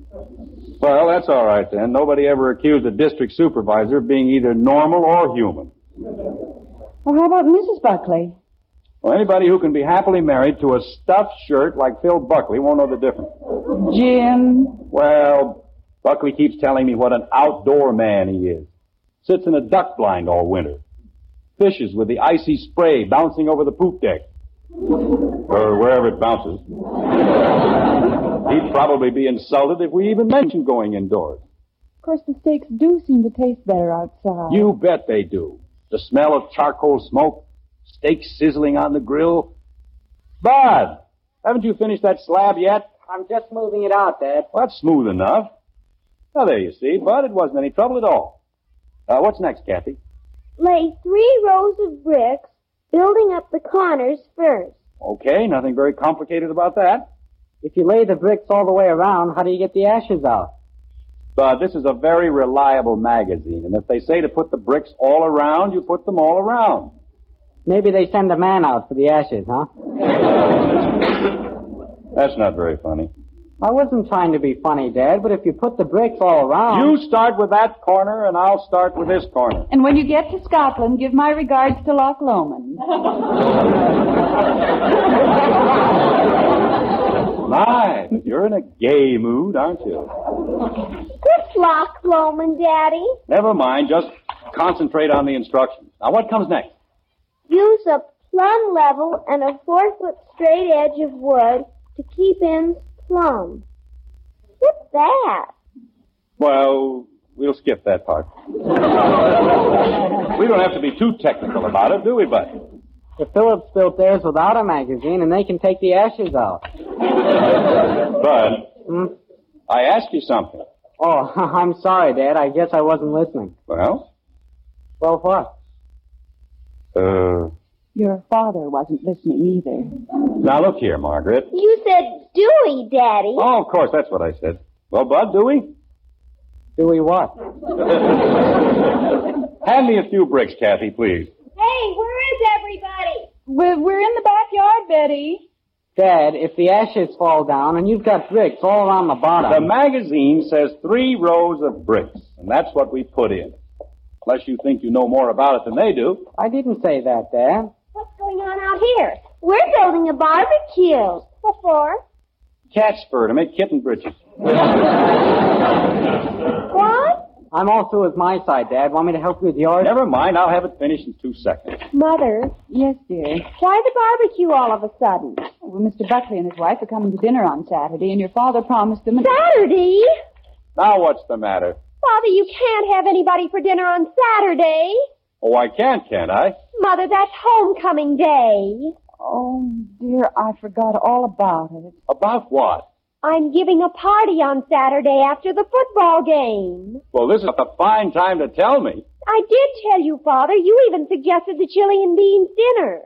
Speaker 15: Well, that's all right then. Nobody ever accused a district supervisor of being either normal or human.
Speaker 13: Well, how about Mrs. Buckley?
Speaker 15: Well, anybody who can be happily married to a stuffed shirt like Phil Buckley won't know the difference.
Speaker 13: Jim.
Speaker 15: Well, Buckley keeps telling me what an outdoor man he is. Sits in a duck blind all winter. Fishes with the icy spray bouncing over the poop deck. Or wherever it bounces. He'd probably be insulted if we even mentioned going indoors.
Speaker 13: Of course, the steaks do seem to taste better outside.
Speaker 15: You bet they do. The smell of charcoal smoke, steak sizzling on the grill. Bud, haven't you finished that slab yet?
Speaker 16: I'm just moving it out, Dad.
Speaker 15: Well, that's smooth enough. Now, there you see, Bud, it wasn't any trouble at all. Uh, what's next, Kathy?
Speaker 12: Lay three rows of bricks, building up the corners first.
Speaker 15: Okay, nothing very complicated about that.
Speaker 16: If you lay the bricks all the way around, how do you get the ashes out?
Speaker 15: Bud, this is a very reliable magazine, and if they say to put the bricks all around, you put them all around.
Speaker 16: Maybe they send a man out for the ashes, huh?
Speaker 15: That's not very funny.
Speaker 16: I wasn't trying to be funny, Dad, but if you put the bricks all around.
Speaker 15: You start with that corner, and I'll start with this corner.
Speaker 13: And when you get to Scotland, give my regards to Loch Lomond.
Speaker 15: My, but you're in a gay mood, aren't you?
Speaker 12: Good luck, Lomond, Daddy.
Speaker 15: Never mind, just concentrate on the instructions. Now, what comes next?
Speaker 12: Use a plumb level and a four foot straight edge of wood to keep ends plumb. What's that?
Speaker 15: Well, we'll skip that part. We don't have to be too technical about it, do we, Bud?
Speaker 16: The Phillips built theirs without a magazine, and they can take the ashes out. Hmm?
Speaker 15: Bud, I asked you something.
Speaker 16: Oh, I'm sorry, Dad. I guess I wasn't listening.
Speaker 15: Well?
Speaker 16: Well, what?
Speaker 15: Uh,
Speaker 13: Your father wasn't listening either.
Speaker 15: now look here, Margaret.
Speaker 12: You said Dewey, Daddy.
Speaker 15: Oh, of course, that's what I said. Well, Bud, do we?
Speaker 16: Do we what?
Speaker 15: Hand me a few bricks, Kathy, please.
Speaker 12: Hey, where is everybody?
Speaker 13: We're, we're in the backyard, Betty.
Speaker 16: Dad, if the ashes fall down and you've got bricks all around the bottom.
Speaker 15: The magazine says three rows of bricks, and that's what we put in. Unless you think you know more about it than they do.
Speaker 16: I didn't say that, Dad.
Speaker 12: What's going on out here? We're building a barbecue. What for?
Speaker 15: Cat's fur to make eh? kitten britches.
Speaker 12: What?
Speaker 16: I'm all through with my side, Dad. Want me to help you with yours?
Speaker 15: Never mind, I'll have it finished in two seconds.
Speaker 12: Mother,
Speaker 13: Yes, dear.
Speaker 12: why the barbecue all of a sudden?
Speaker 13: Well, Mr. Buckley and his wife are coming to dinner on Saturday, and your father promised them. An-
Speaker 12: Saturday?
Speaker 15: Now what's the matter?
Speaker 12: Father, you can't have anybody for dinner on Saturday.
Speaker 15: Oh, I can't, can't I?
Speaker 12: Mother, that's homecoming day.
Speaker 13: Oh, dear, I forgot all about it.
Speaker 15: About what?
Speaker 12: I'm giving a party on Saturday after the football game.
Speaker 15: Well, this is a fine time to tell me.
Speaker 12: I did tell you, Father. You even suggested the chili and beans dinner.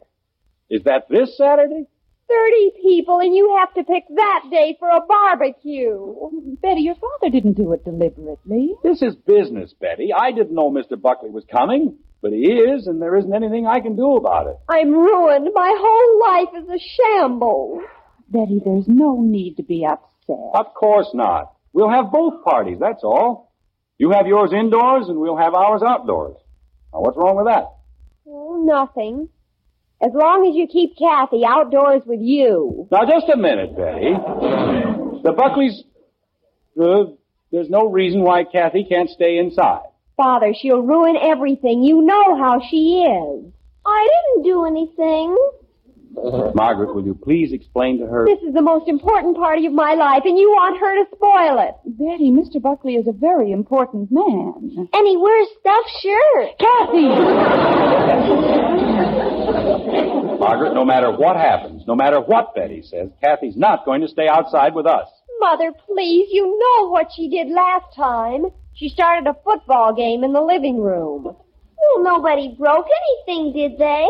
Speaker 15: Is that this Saturday?
Speaker 12: Thirty people, and you have to pick that day for a barbecue.
Speaker 13: Betty, your father didn't do it deliberately.
Speaker 15: This is business, Betty. I didn't know Mr. Buckley was coming, but he is, and there isn't anything I can do about it.
Speaker 12: I'm ruined. My whole life is a shambles.
Speaker 13: Betty, there's no need to be upset.
Speaker 15: Of course not. We'll have both parties, that's all. You have yours indoors, and we'll have ours outdoors. Now, what's wrong with that?
Speaker 12: Oh, nothing. As long as you keep Kathy outdoors with you.
Speaker 15: Now, just a minute, Betty. The Buckleys. Uh, There's no reason why Kathy can't stay inside.
Speaker 17: Father, she'll ruin everything. You know how she is.
Speaker 12: I didn't do anything.
Speaker 15: Margaret, will you please explain to her?
Speaker 17: This is the most important party of my life, and you want her to spoil it.
Speaker 13: Betty, Mr. Buckley is a very important man.
Speaker 12: And he wears stuffed shirts.
Speaker 17: Kathy!
Speaker 15: Margaret, no matter what happens, no matter what Betty says, Kathy's not going to stay outside with us.
Speaker 17: Mother, please, you know what she did last time. She started a football game in the living room.
Speaker 12: Well, nobody broke anything, did they?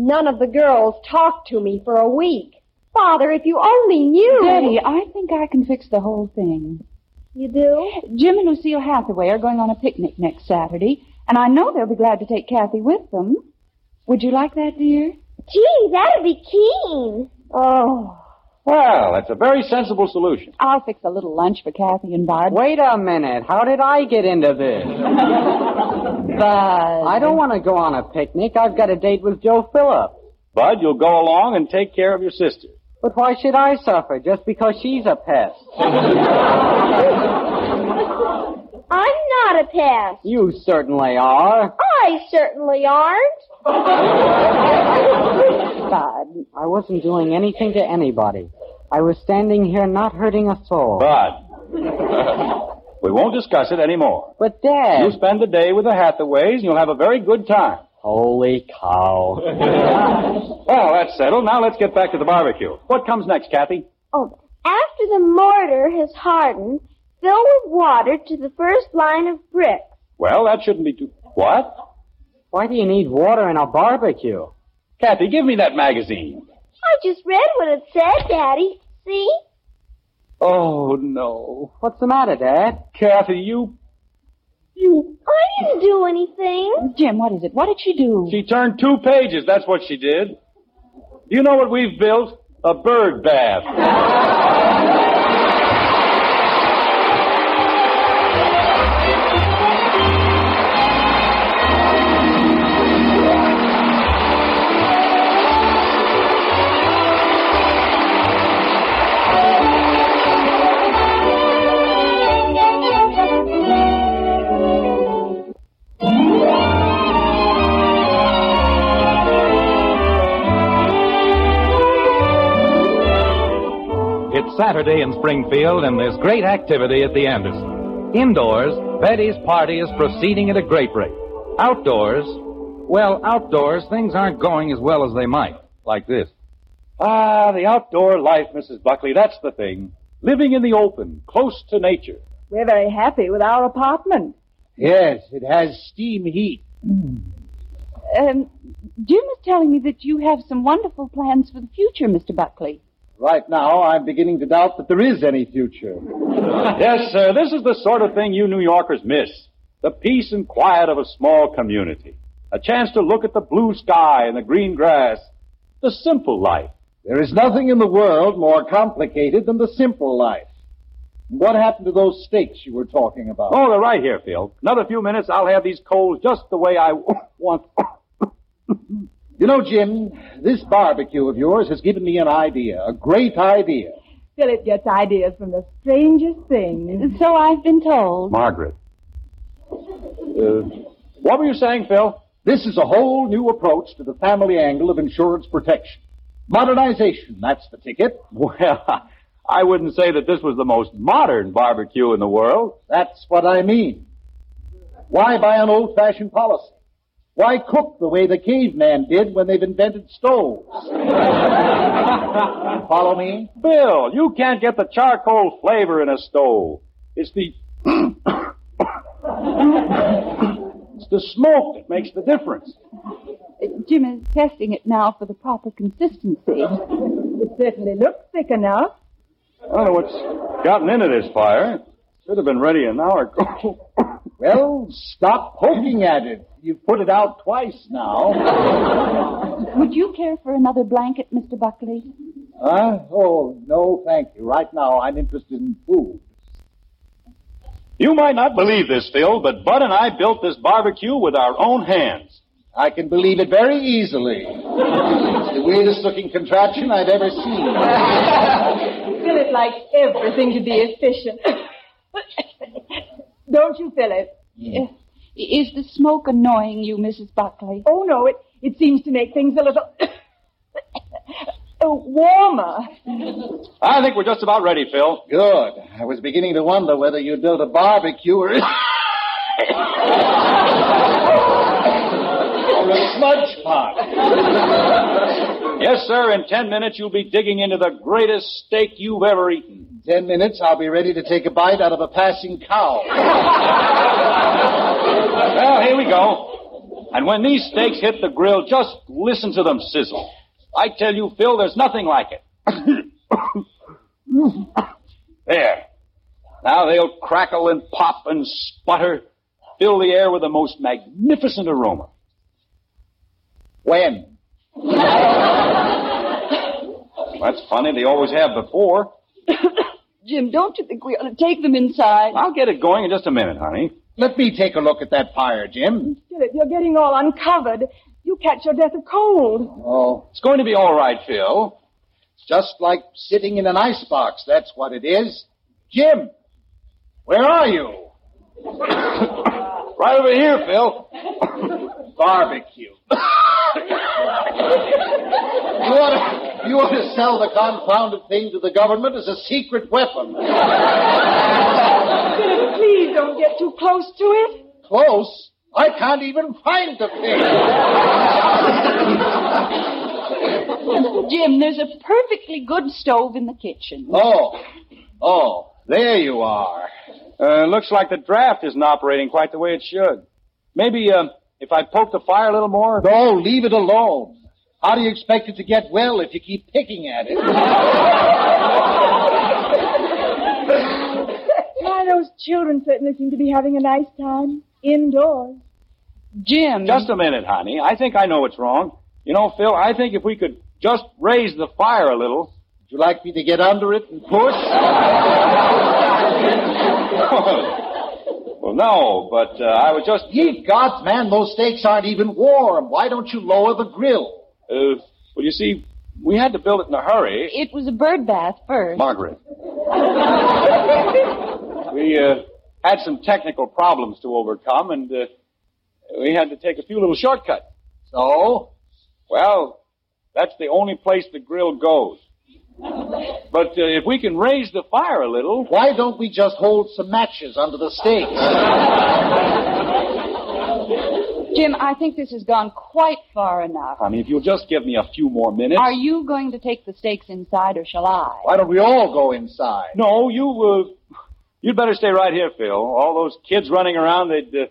Speaker 17: None of the girls talked to me for a week. Father, if you only knew.
Speaker 13: Betty, I think I can fix the whole thing.
Speaker 12: You do?
Speaker 13: Jim and Lucille Hathaway are going on a picnic next Saturday, and I know they'll be glad to take Kathy with them. Would you like that, dear?
Speaker 12: Gee, that'd be keen.
Speaker 13: Oh,
Speaker 15: Well, that's a very sensible solution.
Speaker 13: I'll fix a little lunch for Kathy and Bud.
Speaker 16: Wait a minute. How did I get into this?
Speaker 13: Bud.
Speaker 16: I don't want to go on a picnic. I've got a date with Joe Phillips.
Speaker 15: Bud, you'll go along and take care of your sister.
Speaker 16: But why should I suffer just because she's a pest?
Speaker 12: I'm not a pest.
Speaker 16: You certainly are.
Speaker 12: I certainly aren't.
Speaker 16: Bud, I wasn't doing anything to anybody. I was standing here not hurting a soul.
Speaker 15: Bud, we won't discuss it anymore.
Speaker 16: But, Dad.
Speaker 15: You'll spend the day with the Hathaways, and you'll have a very good time.
Speaker 16: Holy cow.
Speaker 15: Well, that's settled. Now let's get back to the barbecue. What comes next, Kathy?
Speaker 12: Oh, after the mortar has hardened, fill with water to the first line of bricks.
Speaker 15: Well, that shouldn't be too. What?
Speaker 16: Why do you need water in a barbecue?
Speaker 15: Kathy, give me that magazine.
Speaker 12: I just read what it said, Daddy. See?
Speaker 15: Oh, no.
Speaker 16: What's the matter, Dad?
Speaker 15: Kathy, you.
Speaker 12: You. I didn't do anything.
Speaker 13: Jim, what is it? What did she do?
Speaker 15: She turned two pages. That's what she did. You know what we've built? A bird bath. It's Saturday in Springfield, and there's great activity at the Anderson. Indoors, Betty's party is proceeding at a great rate. Outdoors, well, outdoors, things aren't going as well as they might, like this. Ah, the outdoor life, Mrs. Buckley, that's the thing. Living in the open, close to nature.
Speaker 13: We're very happy with our apartment.
Speaker 8: Yes, it has steam heat.
Speaker 15: Hmm.
Speaker 13: Um, Jim is telling me that you have some wonderful plans for the future, Mr. Buckley.
Speaker 8: Right now, I'm beginning to doubt that there is any future.
Speaker 15: yes, sir, this is the sort of thing you New Yorkers miss. The peace and quiet of a small community. A chance to look at the blue sky and the green grass. The simple life.
Speaker 8: There is nothing in the world more complicated than the simple life. What happened to those steaks you were talking about?
Speaker 15: Oh, they're right here, Phil. Another few minutes, I'll have these coals just the way I want.
Speaker 8: You know, Jim, this barbecue of yours has given me an idea, a great idea.
Speaker 13: Philip gets ideas from the strangest things. So I've been told.
Speaker 15: Margaret. Uh, what were you saying, Phil?
Speaker 8: This is a whole new approach to the family angle of insurance protection. Modernization, that's the ticket.
Speaker 15: Well, I wouldn't say that this was the most modern barbecue in the world.
Speaker 8: That's what I mean. Why buy an old fashioned policy? Why cook the way the caveman did when they've invented stoves? Follow me?
Speaker 15: Bill, you can't get the charcoal flavor in a stove. It's the Oh. it's the smoke that makes the difference.
Speaker 13: Uh, Jim is testing it now for the proper consistency. it certainly looks thick enough.
Speaker 15: I don't know what's gotten into this fire. Should have been ready an hour ago.
Speaker 8: Well, stop poking at it. You've put it out twice now.
Speaker 13: Would you care for another blanket, Mr. Buckley?
Speaker 8: Huh? Oh, no, thank you. Right now, I'm interested in food.
Speaker 15: you might not believe this, Phil, but Bud and I built this barbecue with our own hands.
Speaker 8: I can believe it very easily. It's the weirdest looking contraption I've ever seen.
Speaker 18: Philip likes everything to be efficient. Don't you, Phyllis?
Speaker 13: Yes. Uh, Is the smoke annoying you, Mrs. Buckley?
Speaker 18: Oh, no, it, it seems to make things a little uh, warmer.
Speaker 8: I think we're just about ready, Phil. Good. I was beginning to wonder whether you'd build a barbecue or. or a smudge pot.
Speaker 15: Yes, sir. In ten minutes, you'll be digging into the greatest steak you've ever eaten.
Speaker 8: Ten minutes, I'll be ready to take a bite out of a passing cow.
Speaker 15: Well, Oh, here we go. And when these steaks hit the grill, just listen to them sizzle. I tell you, Phil, there's nothing like it. There. Now they'll crackle and pop and sputter, fill the air with the most magnificent aroma. When? That's funny. They always have before.
Speaker 13: Jim, don't you think we ought to take them inside?
Speaker 15: I'll get it going in just a minute, honey.
Speaker 8: Let me take a look at that fire, Jim.
Speaker 18: Philip, you're getting all uncovered. You catch your death of cold.
Speaker 8: Oh.
Speaker 15: It's going to be all right, Phil.
Speaker 8: It's just like sitting in an icebox. That's what it is. Jim, where are you?
Speaker 15: right over here, Phil.
Speaker 8: Barbecue. You ought, to, you ought to sell the confounded thing to the government as a secret weapon.
Speaker 18: Philip, please don't get too close to it.
Speaker 8: Close? I can't even find the thing.
Speaker 13: Jim, there's a perfectly good stove in the kitchen.
Speaker 15: Oh. Oh, there you are. Uh, looks like the draft isn't operating quite the way it should. Maybe uh, if I poke the fire a little more.
Speaker 8: No, leave it alone. How do you expect it to get well if you keep picking at it?
Speaker 18: Why, those children certainly seem to be having a nice time indoors.
Speaker 13: Jim.
Speaker 15: Just a minute, honey. I think I know what's wrong. You know, Phil, I think if we could just raise the fire a little.
Speaker 8: Would you like me to get under it and push?
Speaker 15: well, no, but uh, I was just.
Speaker 8: Ye gods, man, those steaks aren't even warm. Why don't you lower the grill?
Speaker 15: Uh, well, you see, we had to build it in a hurry.
Speaker 13: It was a bird bath first.
Speaker 15: Margaret. We uh, had some technical problems to overcome, and uh, we had to take a few little shortcuts.
Speaker 8: So?
Speaker 15: Well, that's the only place the grill goes. But uh, if we can raise the fire a little,
Speaker 8: Why don't we just hold some matches under the steaks?
Speaker 13: Jim, I think this has gone quite far enough.
Speaker 15: honey, if you'll just give me a few more minutes.
Speaker 13: Are you going to take the steaks inside, or shall I?
Speaker 8: Why don't we all go inside?
Speaker 15: No, you, uh, you'd better stay right here, Phil. All those kids running around, they'd uh,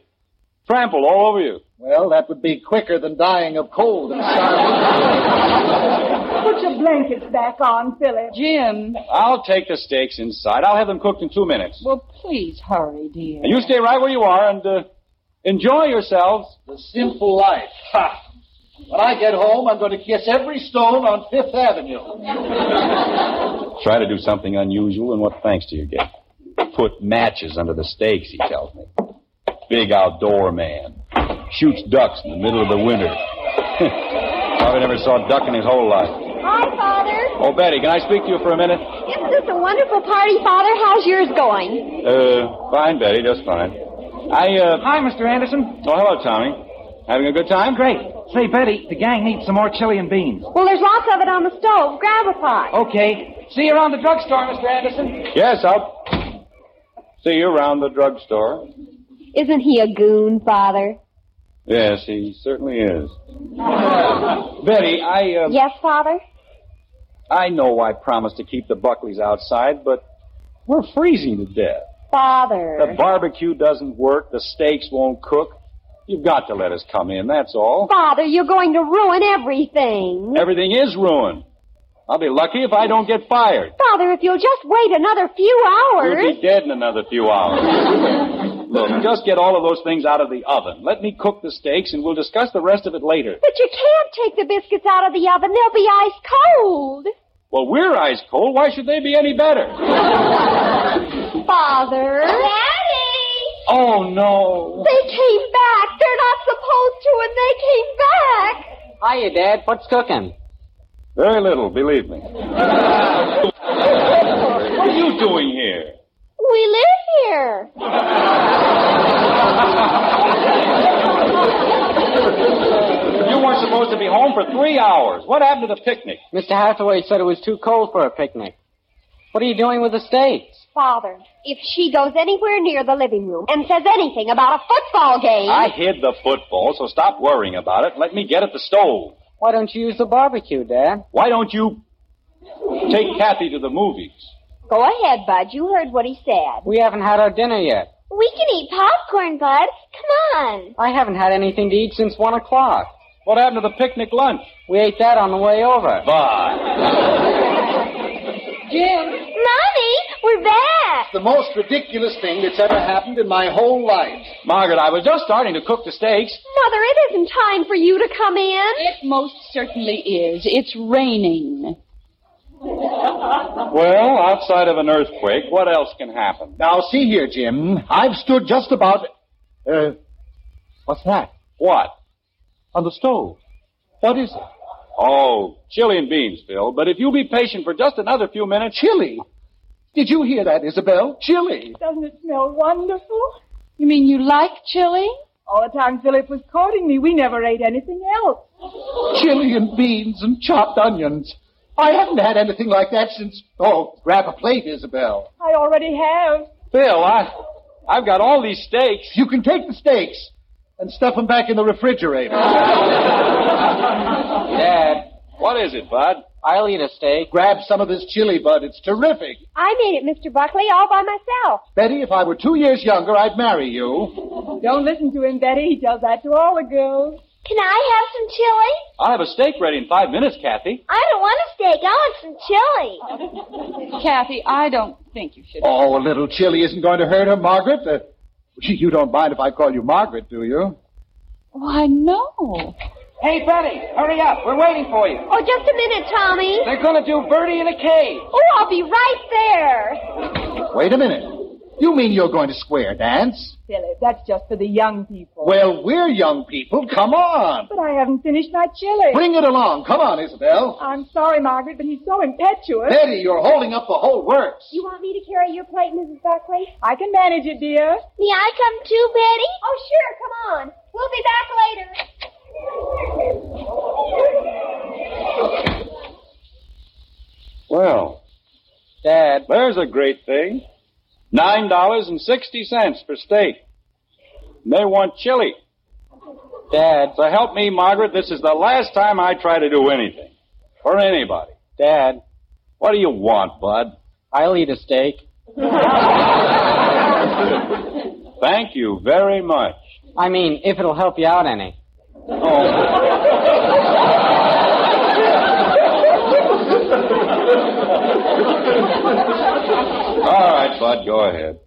Speaker 15: trample all over you.
Speaker 8: Well, that would be quicker than dying of cold and starving.
Speaker 18: Put your blankets back on, Philip.
Speaker 13: Jim.
Speaker 15: I'll take the steaks inside. I'll have them cooked in two minutes.
Speaker 13: Well, please hurry, dear.
Speaker 15: And you stay right where you are and uh, enjoy yourselves.
Speaker 8: The simple life. Ha! When I get home, I'm going to kiss every stone on Fifth Avenue.
Speaker 15: Try to do something unusual, and what thanks do you get? Put matches under the stakes, he tells me. Big outdoor man. Shoots ducks in the middle of the winter. Probably never saw a duck in his whole life.
Speaker 7: Hi, Father.
Speaker 15: Oh, Betty, can I speak to you for a minute?
Speaker 7: Isn't this a wonderful party, Father? How's yours going?
Speaker 15: Uh, fine, Betty, just fine. I, uh.
Speaker 19: Hi, Mr. Anderson.
Speaker 15: Oh, hello, Tommy. Having a good time?
Speaker 19: Great. Say, Betty, the gang needs some more chili and beans.
Speaker 7: Well, there's lots of it on the stove. Grab a pot.
Speaker 19: Okay. See you around the drugstore, Mr. Anderson.
Speaker 15: Yes, I'll. See you around the drugstore.
Speaker 7: Isn't he a goon, Father?
Speaker 15: Yes, he certainly is. Betty, I, uh.
Speaker 7: Yes, Father?
Speaker 15: I know I promised to keep the Buckleys outside, but we're freezing to death.
Speaker 7: Father.
Speaker 15: The barbecue doesn't work. The steaks won't cook. You've got to let us come in, that's all.
Speaker 7: Father, you're going to ruin everything.
Speaker 17: Mm-hmm.
Speaker 15: Everything is ruined. I'll be lucky if I don't get fired.
Speaker 7: Father, if you'll just wait another few hours.
Speaker 15: You'll be dead in another few hours. Look, just get all of those things out of the oven. Let me cook the steaks, and we'll discuss the rest of it later.
Speaker 7: But you can't take the biscuits out of the oven. They'll be ice cold.
Speaker 15: Well, we're ice cold. Why should they be any better?
Speaker 7: Father.
Speaker 15: Oh, no.
Speaker 7: They came back. They're not supposed to, and they came back.
Speaker 16: Hiya, Dad. What's cooking?
Speaker 15: Very little, believe me. what are you doing here?
Speaker 7: We live here.
Speaker 15: dollars. What happened to the picnic?
Speaker 16: Mr. Hathaway said it was too cold for a picnic. What are you doing with the States?
Speaker 17: Father, if she goes anywhere near the living room and says anything about a football game,
Speaker 15: I hid the football, so stop worrying about it. Let me get at the stove.
Speaker 16: Why don't you use the barbecue, Dad?
Speaker 15: Why don't you take Kathy to the movies?
Speaker 17: go ahead, Bud. You heard what he said.
Speaker 16: We haven't had our dinner yet.
Speaker 12: We can eat popcorn, Bud. Come on.
Speaker 16: I haven't had anything to eat since one o'clock.
Speaker 15: What happened to the picnic lunch?
Speaker 16: We ate that on the way over.
Speaker 12: Jim. Mommy, we're back.
Speaker 8: It's the most ridiculous thing that's ever happened in my whole life.
Speaker 15: Margaret, I was just starting to cook the steaks.
Speaker 17: Mother, it isn't time for you to come in.
Speaker 13: It most certainly is. It's raining.
Speaker 15: Well, outside of an earthquake, what else can happen?
Speaker 8: Now, see here, Jim. I've stood just about. Uh, what's that?
Speaker 15: What?
Speaker 8: On the stove. What is it?
Speaker 15: Oh, chili and beans, Phil. But if you'll be patient for just another few minutes.
Speaker 8: Chili? Did you hear that, Isabel? Chili.
Speaker 18: Doesn't it smell wonderful?
Speaker 13: You mean you like chili?
Speaker 18: All the time Philip was courting me, we never ate anything else.
Speaker 8: Chili and beans and chopped onions. I haven't had anything like that since. Oh, grab a plate, Isabel.
Speaker 18: I already have.
Speaker 15: Phil, I, I've got all these steaks.
Speaker 8: You can take the steaks and stuff them back in the refrigerator.
Speaker 15: Dad. What is it, Bud?
Speaker 16: I'll eat a steak.
Speaker 8: Grab some of this chili, Bud. It's terrific.
Speaker 17: I made it, Mr. Buckley, all by myself.
Speaker 8: Betty, if I were two years younger, I'd marry you.
Speaker 18: Don't listen to him, Betty. He tells that to all the girls.
Speaker 12: Can I have some chili?
Speaker 15: I'll have a steak ready in five minutes, Kathy.
Speaker 12: I don't want a steak. I want some chili.
Speaker 13: Kathy, I don't think you should.
Speaker 8: Oh, a little chili isn't going to hurt her, Margaret. Uh, you don't mind if I call you Margaret, do you?
Speaker 13: Why, no.
Speaker 20: Hey, Betty, hurry up. We're waiting for you.
Speaker 12: Oh, just a minute, Tommy.
Speaker 20: They're going to do Birdie in a cave.
Speaker 12: Oh, I'll be right there.
Speaker 8: Wait a minute. You mean you're going to square dance?
Speaker 18: Philip, that's just for the young people.
Speaker 8: Well, we're young people. Come on.
Speaker 18: But I haven't finished my chili.
Speaker 8: Bring it along. Come on, Isabel.
Speaker 18: I'm sorry, Margaret, but he's so impetuous.
Speaker 8: Betty, you're holding up the whole works.
Speaker 12: You want me to carry your plate, Mrs. Buckley?
Speaker 18: I can manage it, dear.
Speaker 12: May I come too, Betty? Oh, sure. Come on. We'll be back later.
Speaker 15: Well, Dad, there's a great thing. Nine dollars and sixty cents for steak. And They want chili. Dad, so help me, Margaret. This is the last time I try to do anything for anybody.
Speaker 16: Dad,
Speaker 15: what do you want, Bud?
Speaker 16: I'll eat a steak.
Speaker 15: Thank you very much.
Speaker 16: I mean, if it'll help you out any.
Speaker 15: All right, Bud, go ahead.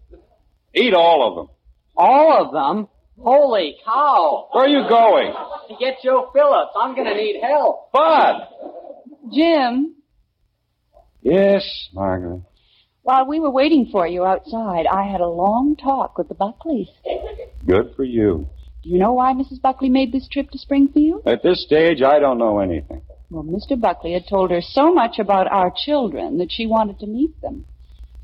Speaker 15: Eat all of them.
Speaker 16: All of them? Holy cow!
Speaker 15: Where are you going?
Speaker 16: To get Joe Phillips, I'm gonna need help.
Speaker 15: Bud!
Speaker 13: Jim,
Speaker 15: Yes, Margaret.
Speaker 13: while we were waiting for you outside, I had a long talk with the Buckleys.
Speaker 15: Good for you.
Speaker 13: Do you know why Mrs. Buckley made this trip to Springfield?
Speaker 15: At this stage, I don't know anything.
Speaker 13: Well, Mr. Buckley had told her so much about our children that she wanted to meet them.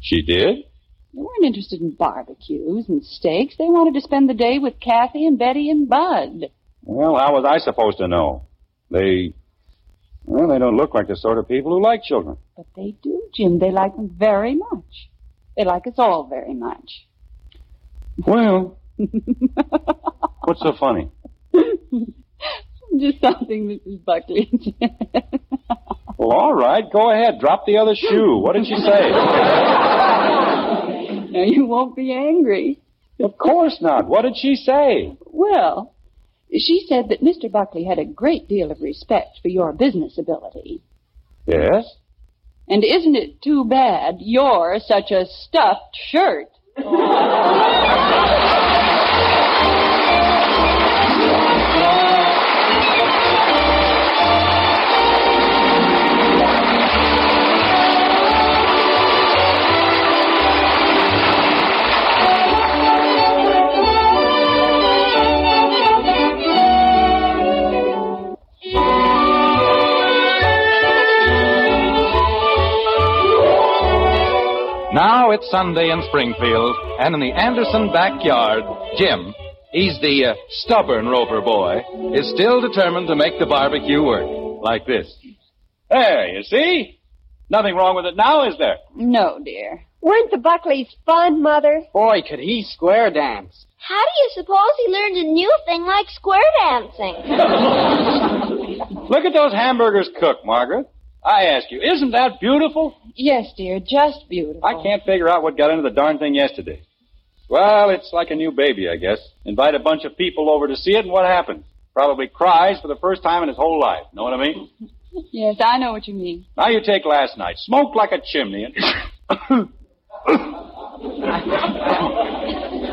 Speaker 15: She did?
Speaker 13: They weren't interested in barbecues and steaks. They wanted to spend the day with Kathy and Betty and Bud.
Speaker 15: Well, how was I supposed to know? They. Well, they don't look like the sort of people who like children.
Speaker 13: But they do, Jim. They like them very much. They like us all very much.
Speaker 15: Well. What's so funny?
Speaker 13: Just something Mrs. Buckley said.
Speaker 15: Well, all right, go ahead. Drop the other shoe. What did she say?
Speaker 13: now, you won't be angry.
Speaker 15: Of course not. What did she say?
Speaker 13: Well, she said that Mr. Buckley had a great deal of respect for your business ability.
Speaker 8: Oh.
Speaker 15: Yes?
Speaker 13: And isn't it too bad you're such a stuffed shirt?
Speaker 14: Now it's Sunday in Springfield, and in the Anderson backyard, Jim, he's the uh, stubborn rover boy, is still determined to make the barbecue work.
Speaker 15: like this. There, you see? Nothing wrong with it now, is there?
Speaker 13: No, dear.
Speaker 17: Weren't the Buckleys fun, Mother?
Speaker 16: Boy, could he square dance.
Speaker 12: How do you suppose he learned a new thing like square dancing?
Speaker 15: Look at those hamburgers cook, Margaret. I ask you, isn't that beautiful?
Speaker 13: Yes, dear, just beautiful.
Speaker 15: I can't figure out what got into the darn thing yesterday. Well, it's like a new baby, I guess. Invite a bunch of people over to see it, and what happens? Probably cries for the first time in his whole life. Know what I mean?
Speaker 13: Yes, I know what you mean.
Speaker 15: Now you take last night. Smoked like a chimney and.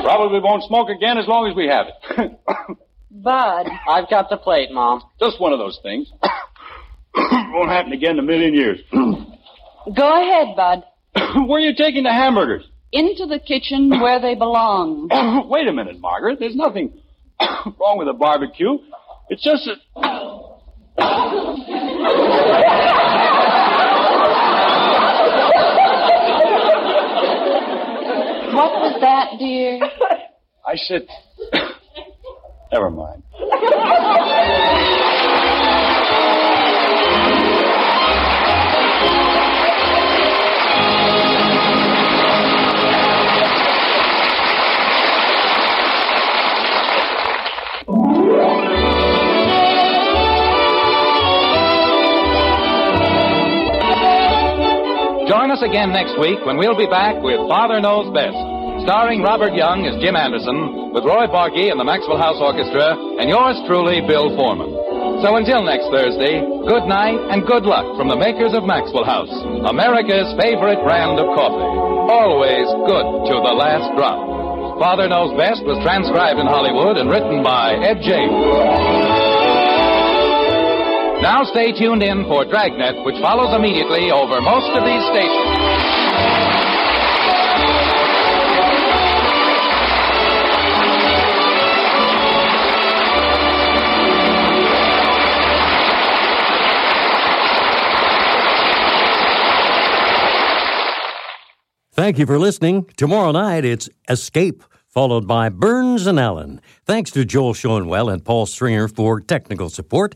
Speaker 15: Probably won't smoke again as long as we have it.
Speaker 13: Bud.
Speaker 16: I've got the plate, Mom.
Speaker 15: Just one of those things. won't happen again in a million years.
Speaker 13: Go ahead, Bud.
Speaker 15: Where are you taking the hamburgers?
Speaker 13: Into the kitchen where they belong.
Speaker 15: Wait a minute, Margaret. There's nothing wrong with a barbecue. It's just that.
Speaker 13: What was that, dear?
Speaker 15: I said. Never mind.
Speaker 14: Join us again next week when we'll be back with Father Knows Best, starring Robert Young as Jim Anderson, with Roy Borgi and the Maxwell House Orchestra, and yours truly, Bill Foreman. So until next Thursday, good night and good luck from the makers of Maxwell House, America's favorite brand of coffee. Always good to the last drop. Father Knows Best was transcribed in Hollywood and written by Ed James. Now stay tuned in for Dragnet, which follows immediately over most of these stations.
Speaker 2: Thank you for listening. Tomorrow night it's Escape, followed by Burns and Allen. Thanks to Joel Schoenwell and Paul Stringer for technical support.